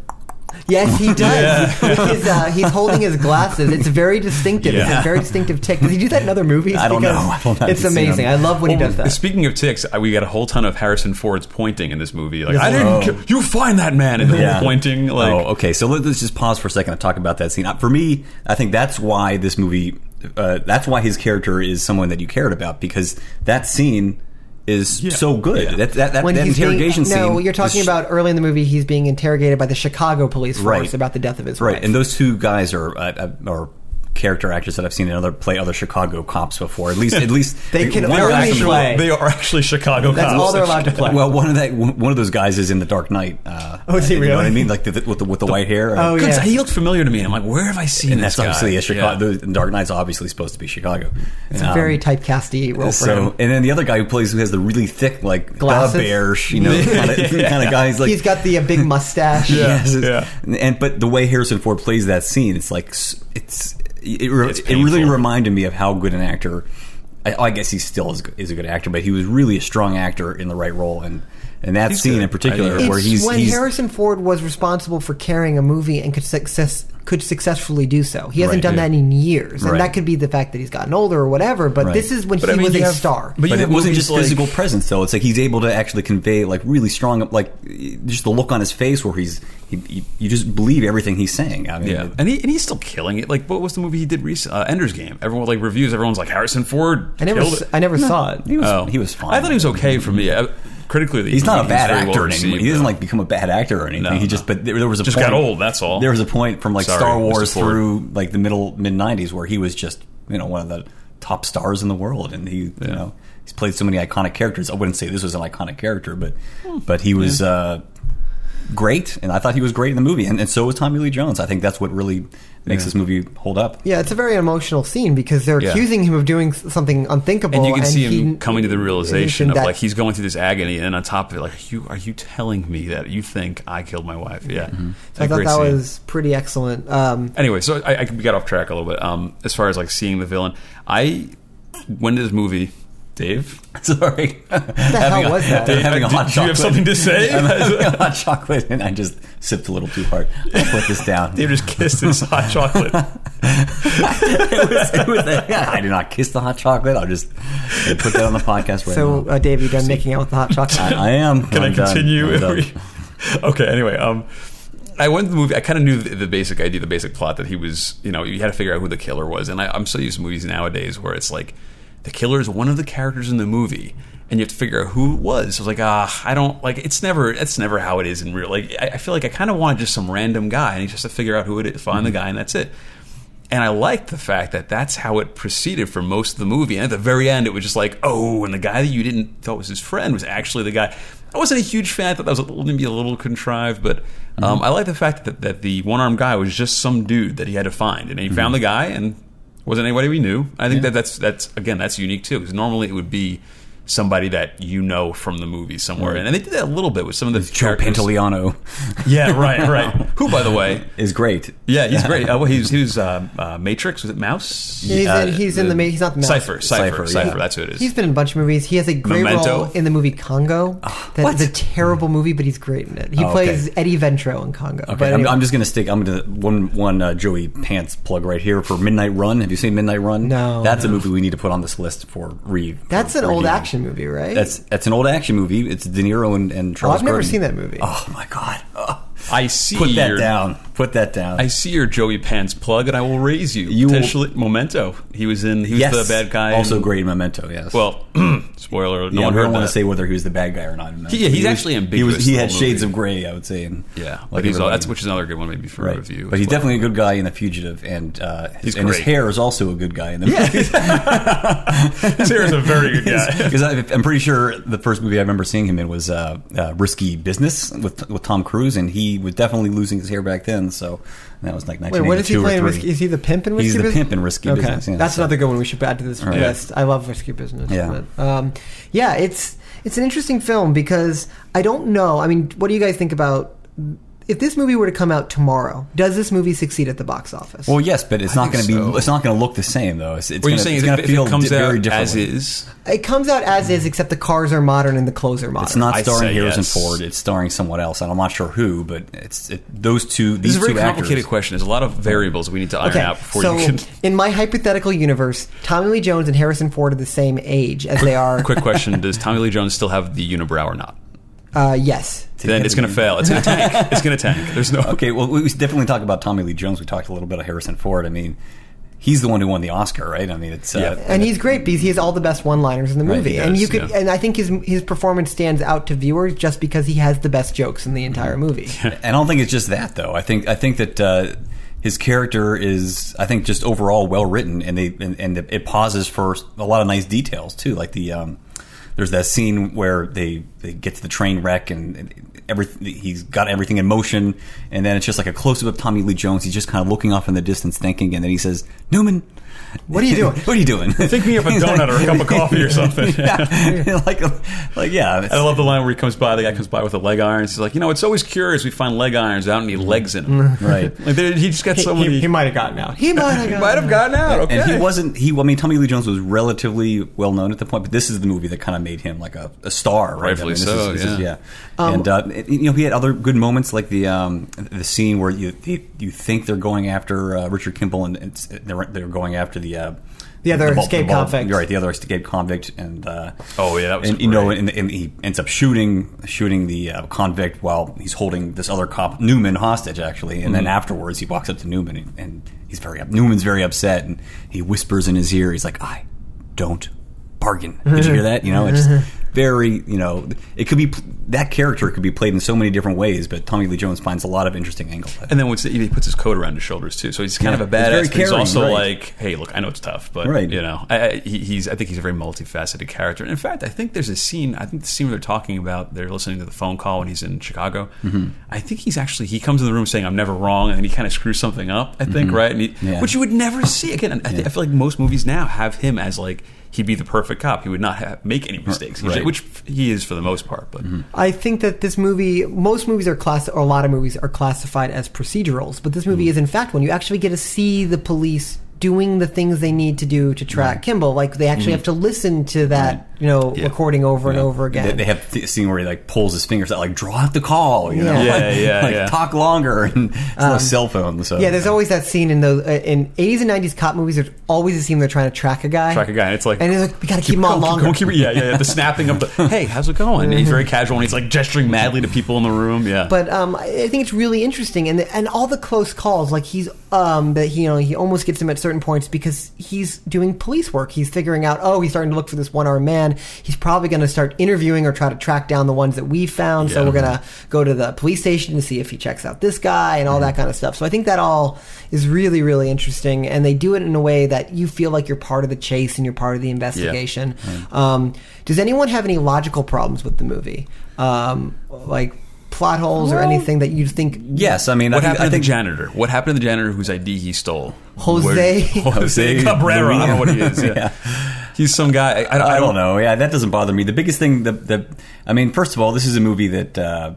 [SPEAKER 2] Yes,
[SPEAKER 4] <laughs>
[SPEAKER 2] he does. <laughs> he's, uh, he's holding his glasses. It's very distinctive. It's
[SPEAKER 4] Yeah.
[SPEAKER 2] a very distinctive tick. Does he do that in other movies?
[SPEAKER 4] I don't
[SPEAKER 2] Because
[SPEAKER 4] know. I don't- I
[SPEAKER 2] it's
[SPEAKER 4] haven't seen
[SPEAKER 2] amazing. I
[SPEAKER 4] him.
[SPEAKER 2] love when he does that.
[SPEAKER 3] Speaking of ticks, I, we got a whole ton of Harrison Ford's pointing in this movie. Like,
[SPEAKER 2] Yes.
[SPEAKER 3] I didn't.
[SPEAKER 4] Oh.
[SPEAKER 3] ki- You find that man and the
[SPEAKER 4] Yeah.
[SPEAKER 3] pointing. Like,
[SPEAKER 4] oh, okay. So let, us just pause for a second and talk about that scene. Uh, For me, I think that's why this movie, uh, that's why his character is someone that you cared about because that scene is
[SPEAKER 3] Yeah.
[SPEAKER 4] so good.
[SPEAKER 3] Yeah.
[SPEAKER 4] That that, that,
[SPEAKER 2] When
[SPEAKER 4] that
[SPEAKER 2] he's being-
[SPEAKER 4] interrogation scene.
[SPEAKER 2] No, you're talking
[SPEAKER 4] is-
[SPEAKER 2] about early in the movie. He's being interrogated by the Chicago police force
[SPEAKER 4] Right.
[SPEAKER 2] about the death of his
[SPEAKER 4] right,
[SPEAKER 2] wife.
[SPEAKER 4] and those two guys are uh, uh, are character actors that I've seen in other play other Chicago cops before. At least at least
[SPEAKER 2] <laughs> They can
[SPEAKER 4] one
[SPEAKER 3] they are
[SPEAKER 2] only
[SPEAKER 4] actually-
[SPEAKER 3] actually
[SPEAKER 2] play.
[SPEAKER 3] they are actually Chicago
[SPEAKER 2] That's
[SPEAKER 3] cops.
[SPEAKER 2] all they're allowed to play.
[SPEAKER 4] Well, one of that one of those guys is in the Dark Knight. Uh,
[SPEAKER 2] Oh, is he
[SPEAKER 4] You know what I
[SPEAKER 2] really?
[SPEAKER 4] mean? Like the, the- with the with the, white hair. uh,
[SPEAKER 2] Oh,
[SPEAKER 3] Good,
[SPEAKER 2] yeah.
[SPEAKER 3] He looked familiar to me. I'm like, where have I seen
[SPEAKER 4] and
[SPEAKER 3] this
[SPEAKER 4] that's obviously
[SPEAKER 3] guy?
[SPEAKER 4] a Chicago.
[SPEAKER 3] Yeah.
[SPEAKER 4] The Dark Knight's obviously supposed to be Chicago. Um,
[SPEAKER 2] it's a very typecasty role for
[SPEAKER 4] so,
[SPEAKER 2] him.
[SPEAKER 4] and then the other guy who plays who has the really thick like
[SPEAKER 2] Glasses?
[SPEAKER 4] the bear,
[SPEAKER 2] <laughs>
[SPEAKER 4] you know, <laughs> kind of, kind of guy. He's like
[SPEAKER 2] he's got the uh, big mustache.
[SPEAKER 4] <laughs> yes, it's-
[SPEAKER 3] <laughs> yeah.
[SPEAKER 4] and- and but the way Harrison Ford plays that scene, it's like s- it's it, re-
[SPEAKER 3] It's
[SPEAKER 4] it really
[SPEAKER 3] painful.
[SPEAKER 4] reminded me of how good an actor. I, I guess he still is, is a good actor, but he was really a strong actor in the right role, and and that
[SPEAKER 3] He's
[SPEAKER 4] scene
[SPEAKER 3] good.
[SPEAKER 4] in particular
[SPEAKER 3] I mean,
[SPEAKER 2] It's
[SPEAKER 4] where he's
[SPEAKER 2] when
[SPEAKER 4] he's,
[SPEAKER 2] Harrison Ford was responsible for carrying a movie and could success could successfully do so. He hasn't
[SPEAKER 4] Right,
[SPEAKER 2] done
[SPEAKER 4] yeah.
[SPEAKER 2] that in years, and
[SPEAKER 4] Right.
[SPEAKER 2] that could be the fact that he's gotten older or whatever. But
[SPEAKER 4] Right.
[SPEAKER 2] this is when
[SPEAKER 3] But
[SPEAKER 2] he
[SPEAKER 3] I mean,
[SPEAKER 2] was a
[SPEAKER 3] you have-
[SPEAKER 2] star.
[SPEAKER 3] but you
[SPEAKER 4] but it
[SPEAKER 3] have
[SPEAKER 4] wasn't
[SPEAKER 3] movies
[SPEAKER 4] just
[SPEAKER 3] like-
[SPEAKER 4] physical presence though. It's like he's able to actually convey like really strong, like just the look on his face where he's he, he, you just believe everything he's saying. I mean,
[SPEAKER 3] Yeah, and he and he's still killing it. Like, what was the movie he did recently? Uh, Ender's Game. Everyone like reviews. Everyone's like Harrison Ford.
[SPEAKER 2] I never,
[SPEAKER 3] killed
[SPEAKER 2] s-
[SPEAKER 3] it.
[SPEAKER 2] I never saw it.
[SPEAKER 4] he was
[SPEAKER 3] Oh.
[SPEAKER 4] he was fine.
[SPEAKER 3] I thought he was okay for me. I, critically,
[SPEAKER 4] He's not a bad
[SPEAKER 3] very well
[SPEAKER 4] actor
[SPEAKER 3] received,
[SPEAKER 4] anymore. He doesn't
[SPEAKER 3] though.
[SPEAKER 4] like become a bad actor or anything.
[SPEAKER 3] No,
[SPEAKER 4] he just
[SPEAKER 3] no.
[SPEAKER 4] but there, there was a
[SPEAKER 3] Just
[SPEAKER 4] point,
[SPEAKER 3] got old, that's all.
[SPEAKER 4] There was a point from like
[SPEAKER 3] Sorry,
[SPEAKER 4] Star
[SPEAKER 3] Mr.
[SPEAKER 4] Wars
[SPEAKER 3] Ford.
[SPEAKER 4] through like the middle mid '90s where he was just you know one of the top stars in the world, and he you know he's played so many iconic characters. I wouldn't say this was an iconic character, but
[SPEAKER 3] Hmm.
[SPEAKER 4] but he was. Uh, Great, and I thought he was great in the movie, and, and so was Tommy Lee Jones. I think that's what really makes this movie hold up.
[SPEAKER 2] Yeah, it's a very emotional scene because they're
[SPEAKER 3] Yeah.
[SPEAKER 2] accusing him of doing s- something unthinkable,
[SPEAKER 3] and you can see
[SPEAKER 2] he-
[SPEAKER 3] him coming to the realization
[SPEAKER 2] and
[SPEAKER 3] of
[SPEAKER 2] that-
[SPEAKER 3] like he's going through this agony, and on top of it, like you are you telling me that you think I killed my wife? Yeah, It's
[SPEAKER 2] I
[SPEAKER 3] a
[SPEAKER 2] thought
[SPEAKER 3] great
[SPEAKER 2] that
[SPEAKER 3] scene.
[SPEAKER 2] was pretty excellent. Um,
[SPEAKER 3] anyway, so I, I we got off track a little bit. Um, as far as like seeing the villain, I went to this movie. Dave,
[SPEAKER 4] <laughs> Sorry, what the
[SPEAKER 2] hell was that?
[SPEAKER 4] Having a
[SPEAKER 3] Dave,
[SPEAKER 4] hot
[SPEAKER 3] do you have
[SPEAKER 4] chocolate.
[SPEAKER 3] something to say?
[SPEAKER 4] I'm having a hot chocolate, and I just sipped a little too hard. I'll put this
[SPEAKER 3] <laughs>
[SPEAKER 4] down.
[SPEAKER 3] Dave just kissed his hot chocolate.
[SPEAKER 4] It was- it was like, <laughs> yeah, I did not kiss the hot chocolate. I'll just I put that on the podcast right
[SPEAKER 2] so,
[SPEAKER 4] now.
[SPEAKER 2] uh, Dave, you done making out with the
[SPEAKER 3] <laughs>
[SPEAKER 2] hot chocolate?
[SPEAKER 4] I am.
[SPEAKER 3] Can
[SPEAKER 4] I'm
[SPEAKER 3] I continue? <laughs>
[SPEAKER 4] Done. I'm done.
[SPEAKER 3] okay. Anyway, um, I went to the movie. I kind of knew the, the basic idea, the basic plot that he was. You know, you had to figure out who the killer was, and I, I'm so used to movies nowadays where it's like the killer is one of the characters in the movie, and you have to figure out who it was. So I was like, ah, I don't like. It's never. That's never how it is in real. Like, I, I feel like I kind of wanted just some random guy, and you just have to figure out who it is, find
[SPEAKER 4] Mm-hmm.
[SPEAKER 3] the guy, and that's it. And I liked the fact that that's how it proceeded for most of the movie. And at the very end, it was just like, oh, and the guy that you didn't thought was his friend was actually the guy. I wasn't a huge fan. I thought that was a little, maybe a little contrived, but um,
[SPEAKER 4] Mm-hmm.
[SPEAKER 3] I like the fact that, that the one armed guy was just some dude that he had to find, and
[SPEAKER 4] Mm-hmm.
[SPEAKER 3] he found the guy and wasn't anybody we knew. I think that that's that's again that's unique too, because normally it would be somebody that you know from the movie somewhere, and they did that a little bit with some of the
[SPEAKER 4] Joe
[SPEAKER 3] characters.
[SPEAKER 4] Pantoliano
[SPEAKER 3] Yeah, right,
[SPEAKER 4] <laughs>
[SPEAKER 3] right. Who, by the way,
[SPEAKER 4] is great.
[SPEAKER 3] yeah, he's great.
[SPEAKER 4] <laughs>
[SPEAKER 3] Uh, well, he was, he was uh, uh, Matrix. Was it Mouse?
[SPEAKER 2] He's
[SPEAKER 3] Uh,
[SPEAKER 2] in- he's in the ma- he's not the Mouse.
[SPEAKER 3] Cipher. Cipher.
[SPEAKER 4] Cipher,
[SPEAKER 3] Cipher.
[SPEAKER 4] yeah.
[SPEAKER 3] That's who it is.
[SPEAKER 2] He's been in a bunch of movies. He has a great
[SPEAKER 3] Memento?
[SPEAKER 2] role in the movie Congo. That
[SPEAKER 4] Ah, what?
[SPEAKER 2] is a terrible movie, but he's great in it. He
[SPEAKER 4] Oh, okay.
[SPEAKER 2] plays Eddie Ventro in Congo.
[SPEAKER 4] Okay,
[SPEAKER 2] But
[SPEAKER 4] I'm,
[SPEAKER 2] anyway.
[SPEAKER 4] I'm just gonna stick. I'm gonna one one uh, Joey Pants plug right here for Midnight Run. Have you seen Midnight Run?
[SPEAKER 2] No,
[SPEAKER 4] that's
[SPEAKER 2] no.
[SPEAKER 4] a movie we need to put on this list for re. for
[SPEAKER 2] that's an old
[SPEAKER 4] review.
[SPEAKER 2] action movie, right?
[SPEAKER 4] That's that's an old action movie. It's De Niro and, and
[SPEAKER 2] oh,
[SPEAKER 4] Charles.
[SPEAKER 2] I've never
[SPEAKER 4] Grodin.
[SPEAKER 2] seen that movie.
[SPEAKER 4] Oh my god! Oh.
[SPEAKER 3] I see.
[SPEAKER 4] Put that
[SPEAKER 3] your,
[SPEAKER 4] down. Put that down.
[SPEAKER 3] I see your Joey Pants plug, and I will raise you.
[SPEAKER 4] You will-
[SPEAKER 3] potentially Memento. He was in. He was
[SPEAKER 4] yes,
[SPEAKER 3] the bad guy. in-
[SPEAKER 4] Also great in Memento. Yes.
[SPEAKER 3] Well, <clears throat> spoiler. No
[SPEAKER 4] Yeah,
[SPEAKER 3] one
[SPEAKER 4] I don't
[SPEAKER 3] heard
[SPEAKER 4] want
[SPEAKER 3] that.
[SPEAKER 4] to say whether he was the bad guy or not.
[SPEAKER 3] He- yeah, he's actually
[SPEAKER 4] He,
[SPEAKER 3] ambiguous
[SPEAKER 4] was, he
[SPEAKER 3] the
[SPEAKER 4] had
[SPEAKER 3] whole
[SPEAKER 4] shades
[SPEAKER 3] movie.
[SPEAKER 4] of gray, I would say. And
[SPEAKER 3] Yeah, but he's all,
[SPEAKER 4] everybody-
[SPEAKER 3] that's which is another good one maybe for
[SPEAKER 4] right.
[SPEAKER 3] review.
[SPEAKER 4] But
[SPEAKER 3] as
[SPEAKER 4] he's
[SPEAKER 3] well.
[SPEAKER 4] definitely a good guy in The Fugitive, and uh,
[SPEAKER 3] He's
[SPEAKER 4] and his
[SPEAKER 3] great.
[SPEAKER 4] hair is also a good guy in the movie.
[SPEAKER 3] <laughs> Sarah's a very good
[SPEAKER 4] <laughs>
[SPEAKER 3] guy.
[SPEAKER 4] Because I'm pretty sure the first movie I remember seeing him in was uh, uh, Risky Business with with Tom Cruise, and he was definitely losing his hair back then. Island. So that was like
[SPEAKER 2] Wait,
[SPEAKER 4] 1982
[SPEAKER 2] what is he
[SPEAKER 4] or
[SPEAKER 2] playing?
[SPEAKER 4] three.
[SPEAKER 2] Risky? Is he the pimp in Risky
[SPEAKER 4] He's the
[SPEAKER 2] Business?
[SPEAKER 4] pimp in Risky
[SPEAKER 2] okay.
[SPEAKER 4] Business, yeah,
[SPEAKER 2] That's
[SPEAKER 4] so-
[SPEAKER 2] another good one we should add to this
[SPEAKER 4] right.
[SPEAKER 2] list. I love Risky Business.
[SPEAKER 4] Yeah.
[SPEAKER 2] but, um, yeah, it's it's an interesting film because I don't know. I mean, what do you guys think about if this movie were to come out tomorrow? Does this movie succeed at the box office?
[SPEAKER 4] Well, yes, but it's
[SPEAKER 3] think
[SPEAKER 4] not going to be.
[SPEAKER 3] so.
[SPEAKER 4] It's not going to look the same though. It's, it's
[SPEAKER 3] What
[SPEAKER 4] going
[SPEAKER 3] you're saying is
[SPEAKER 4] to
[SPEAKER 3] if, if
[SPEAKER 4] feel
[SPEAKER 3] it comes
[SPEAKER 4] di- very
[SPEAKER 3] out
[SPEAKER 4] different.
[SPEAKER 3] as is,
[SPEAKER 2] it comes out as is, except the cars are modern and the clothes are modern.
[SPEAKER 4] It's not
[SPEAKER 3] I'd
[SPEAKER 4] starring
[SPEAKER 3] say
[SPEAKER 4] Harrison
[SPEAKER 3] yes.
[SPEAKER 4] Ford. It's starring someone else, and I'm not sure who. But it's it, those two.
[SPEAKER 3] this is
[SPEAKER 4] These
[SPEAKER 3] a very
[SPEAKER 4] two
[SPEAKER 3] complicated
[SPEAKER 4] actors.
[SPEAKER 3] question. There's a lot of variables we need to iron
[SPEAKER 2] Okay,
[SPEAKER 3] out before
[SPEAKER 2] so
[SPEAKER 3] you can.
[SPEAKER 2] <laughs> in my hypothetical universe, Tommy Lee Jones and Harrison Ford are the same age as they are.
[SPEAKER 3] <laughs> Quick question: Does Tommy Lee Jones still have the unibrow or not?
[SPEAKER 2] Uh, yes.
[SPEAKER 3] Then it's going to fail. It's going to tank. It's going to tank. There's no.
[SPEAKER 4] <laughs> Okay, well, we we definitely talked about Tommy Lee Jones. We talked a little bit of Harrison Ford. I mean, he's the one who won the Oscar, right? I mean, it's uh,
[SPEAKER 3] Yeah.
[SPEAKER 2] and he's great because he has all the best one-liners in the
[SPEAKER 4] Right,
[SPEAKER 2] movie,
[SPEAKER 4] he
[SPEAKER 2] and
[SPEAKER 3] does,
[SPEAKER 2] you could,
[SPEAKER 3] yeah.
[SPEAKER 2] and I think his his performance stands out to viewers just because he has the best jokes in the entire
[SPEAKER 3] Mm-hmm. <laughs>
[SPEAKER 2] movie.
[SPEAKER 4] And I don't think it's just that though. I think I think that uh, his character is I think just overall well written, and they and, and it pauses for a lot of nice details too, like the. Um, there's that scene where they, they get to the train wreck and, and everything he's got everything in motion and then it's just like a close up of Tommy Lee Jones he's just kind of looking off in the distance thinking and then he says Newman
[SPEAKER 2] What are you doing?"
[SPEAKER 4] <laughs> what are you doing
[SPEAKER 3] Pick me up a donut or a
[SPEAKER 4] <laughs>
[SPEAKER 3] cup of coffee or something.
[SPEAKER 4] yeah. <laughs> like like yeah
[SPEAKER 3] I love the line where he comes by. The guy comes by with a leg iron. He's like, you know, it's always curious. We find leg irons. I don't need legs in them.
[SPEAKER 4] <laughs> right
[SPEAKER 3] Like there- he just got <laughs> so many.
[SPEAKER 2] might have gotten out. He might
[SPEAKER 3] <laughs>
[SPEAKER 2] have.
[SPEAKER 3] might
[SPEAKER 2] gotten
[SPEAKER 3] have gotten out. Okay.
[SPEAKER 4] And he wasn't. He. I mean, Tommy Lee Jones was relatively well known at the point, but this is the movie that kind of made him like a, a star. Right?
[SPEAKER 3] Rightfully
[SPEAKER 4] I mean, this
[SPEAKER 3] so,
[SPEAKER 4] Is, this Is,
[SPEAKER 3] yeah.
[SPEAKER 4] yeah.
[SPEAKER 2] Um,
[SPEAKER 4] and uh, it- you know, he had other good moments, like the um, the scene where you they, you think they're going after uh, Richard Kimble, and it's, they're they're going after the. Uh,
[SPEAKER 2] The other
[SPEAKER 4] bald-
[SPEAKER 2] escaped
[SPEAKER 4] bald-
[SPEAKER 2] convict.
[SPEAKER 4] right? The other escaped convict, and uh,
[SPEAKER 3] Oh, yeah, that was
[SPEAKER 4] and, you know,
[SPEAKER 3] great.
[SPEAKER 4] and, and he ends up shooting shooting the uh, convict while he's holding this other cop Newman hostage actually, and
[SPEAKER 3] Mm-hmm.
[SPEAKER 4] then afterwards he walks up to Newman and, and he's very up, Newman's very upset and he whispers in his ear he's like I don't
[SPEAKER 3] <laughs>
[SPEAKER 4] bargain. Did you hear that? You know, it's just very you know it could be that character could be played in so many different ways, but Tommy Lee Jones finds a lot of interesting angles.
[SPEAKER 3] And then what's, he puts his coat around his shoulders too, so he's kind
[SPEAKER 4] Yeah.
[SPEAKER 3] of a badass.
[SPEAKER 4] He's very
[SPEAKER 3] but he's
[SPEAKER 4] caring,
[SPEAKER 3] also
[SPEAKER 4] right.
[SPEAKER 3] like, hey, look, I know it's tough, but
[SPEAKER 4] Right.
[SPEAKER 3] you know, I, I, he- he's. I think he's a very multifaceted character. And in fact, I think there's a scene. I think the scene where they're talking about they're listening to the phone call when he's in Chicago.
[SPEAKER 4] Mm-hmm.
[SPEAKER 3] I think he's actually he comes in the room saying I'm never wrong, and then he kind of screws something up. I think right, and he,
[SPEAKER 4] Mm-hmm. Yeah.
[SPEAKER 3] which you would never see again. And I, thi- I feel like most movies now have him as like. He'd be the perfect cop. He would not have, make any mistakes,
[SPEAKER 4] Right. Mm-hmm.
[SPEAKER 3] which he is for the most part. But
[SPEAKER 2] I think that this movie, most movies are class, or a lot of movies are classified as procedurals, but this movie
[SPEAKER 3] Hmm.
[SPEAKER 2] is in fact one. You actually get to see the police doing the things they need to do to track Kimball. Like they
[SPEAKER 3] Hmm.
[SPEAKER 2] actually have to listen to that, you know, recording over and over again.
[SPEAKER 4] They, they have the scene where he like pulls his fingers out, like draw out the call, you know,
[SPEAKER 2] Yeah.
[SPEAKER 3] Yeah, yeah,
[SPEAKER 4] <laughs> like
[SPEAKER 3] yeah. Um,
[SPEAKER 4] talk longer. <laughs> And it's no cell phone, so
[SPEAKER 2] Yeah, there's always that scene in those uh, in 80s and 90s cop movies. There's always a scene they're trying to track a guy.
[SPEAKER 3] track a guy, and it's like
[SPEAKER 2] and they're like, we gotta keep, him on
[SPEAKER 3] Keep-
[SPEAKER 2] longer.
[SPEAKER 3] keep- keep- yeah, yeah, yeah. The snapping of the
[SPEAKER 2] <laughs>
[SPEAKER 3] hey, how's it going? And he's very casual and he's like gesturing madly to people in the room. Yeah,
[SPEAKER 2] but um, I I think it's really interesting, and and all the close calls, like he's um, that he, you know he almost gets him at certain points because he's doing police work. He's figuring out, oh, he's starting to look for this one armed man. He's probably going to start interviewing or try to track down the ones that we found. So
[SPEAKER 3] Yeah.
[SPEAKER 2] we're gonna go to the police station to see if he checks out this guy and all
[SPEAKER 3] Mm-hmm.
[SPEAKER 2] that kind of stuff. So I think that all is really really interesting, and they do it in a way that you feel like you're part of the chase and you're part of the investigation. Um, does anyone have any logical problems with the movie? Um, like plot holes or anything that you think
[SPEAKER 4] Yes, I mean,
[SPEAKER 3] what
[SPEAKER 4] I,
[SPEAKER 3] happened
[SPEAKER 4] I
[SPEAKER 3] to the
[SPEAKER 4] think
[SPEAKER 3] janitor? What happened to the janitor whose ID he stole?
[SPEAKER 2] Jose- <laughs>
[SPEAKER 3] Where- Jose
[SPEAKER 4] <laughs> Jose
[SPEAKER 3] Cabrera. I don't know what he is. <laughs> Yeah.
[SPEAKER 4] Yeah.
[SPEAKER 3] He's some guy. I, I,
[SPEAKER 4] I don't know. Yeah, that doesn't bother me. The biggest thing, the the, I mean, first of all, this is a movie that uh,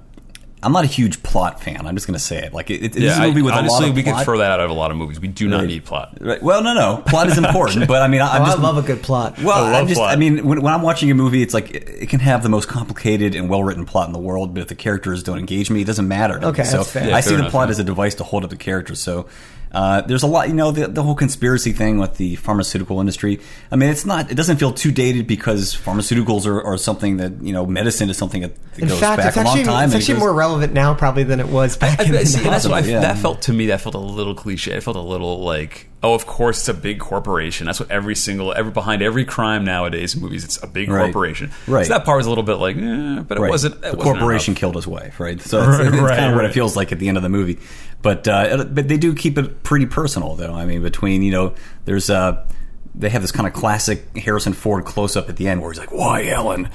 [SPEAKER 4] I'm not a huge plot fan. I'm just going to say it. Like, it, it, this
[SPEAKER 3] Yeah,
[SPEAKER 4] is a movie
[SPEAKER 3] I-
[SPEAKER 4] with
[SPEAKER 3] honestly,
[SPEAKER 4] a lot of
[SPEAKER 3] we
[SPEAKER 4] plot.
[SPEAKER 3] could throw that out of a lot of movies. We do not
[SPEAKER 4] Right.
[SPEAKER 3] need plot.
[SPEAKER 4] Right. Well, no, no. Plot
[SPEAKER 3] <laughs>
[SPEAKER 4] is important, but I mean, I, I'm
[SPEAKER 2] Oh, I
[SPEAKER 4] just
[SPEAKER 2] love a good plot.
[SPEAKER 4] Well,
[SPEAKER 3] I
[SPEAKER 4] I,
[SPEAKER 3] love
[SPEAKER 4] just,
[SPEAKER 3] plot.
[SPEAKER 4] I mean, when, when I'm watching a movie, it's like it, it can have the most complicated and well-written plot in the world, but if the characters don't engage me, it doesn't matter. to me.
[SPEAKER 2] Okay,
[SPEAKER 4] so
[SPEAKER 2] that's fair.
[SPEAKER 3] Yeah,
[SPEAKER 4] I see
[SPEAKER 3] fair
[SPEAKER 4] the
[SPEAKER 3] enough,
[SPEAKER 4] plot
[SPEAKER 3] yeah.
[SPEAKER 4] as a device to hold up the characters. So. Uh, there's a lot, you know, the, the whole conspiracy thing with the pharmaceutical industry. I mean, it's not, it doesn't feel too dated because pharmaceuticals are, are something that, you know, medicine is something that, that
[SPEAKER 2] in
[SPEAKER 4] goes
[SPEAKER 2] fact
[SPEAKER 4] back
[SPEAKER 2] it's
[SPEAKER 4] a long
[SPEAKER 2] actually, it's
[SPEAKER 4] time. and it
[SPEAKER 2] actually
[SPEAKER 4] goes-
[SPEAKER 2] more relevant now probably than it was back
[SPEAKER 3] I,
[SPEAKER 2] in the
[SPEAKER 3] see, and that's what I,
[SPEAKER 4] yeah.
[SPEAKER 3] That felt to me. That felt a little cliche. It felt a little like, oh, of course, it's a big corporation. That's what every single, every behind every crime nowadays in movies, it's a big
[SPEAKER 4] Right.
[SPEAKER 3] corporation.
[SPEAKER 4] Right.
[SPEAKER 3] So that part was a little bit like, eh, but it
[SPEAKER 4] Right.
[SPEAKER 3] wasn't.
[SPEAKER 4] the
[SPEAKER 3] It wasn't
[SPEAKER 4] corporation
[SPEAKER 3] enough.
[SPEAKER 4] killed his wife, right? So it's, it's
[SPEAKER 3] Right,
[SPEAKER 4] kind of what
[SPEAKER 3] right.
[SPEAKER 4] it feels like at the end of the movie. But uh, it- but they do keep it pretty personal, though. I mean, between you know, there's uh, they have this kind of classic Harrison Ford close up at the end where he's like, "Why, Ellen?"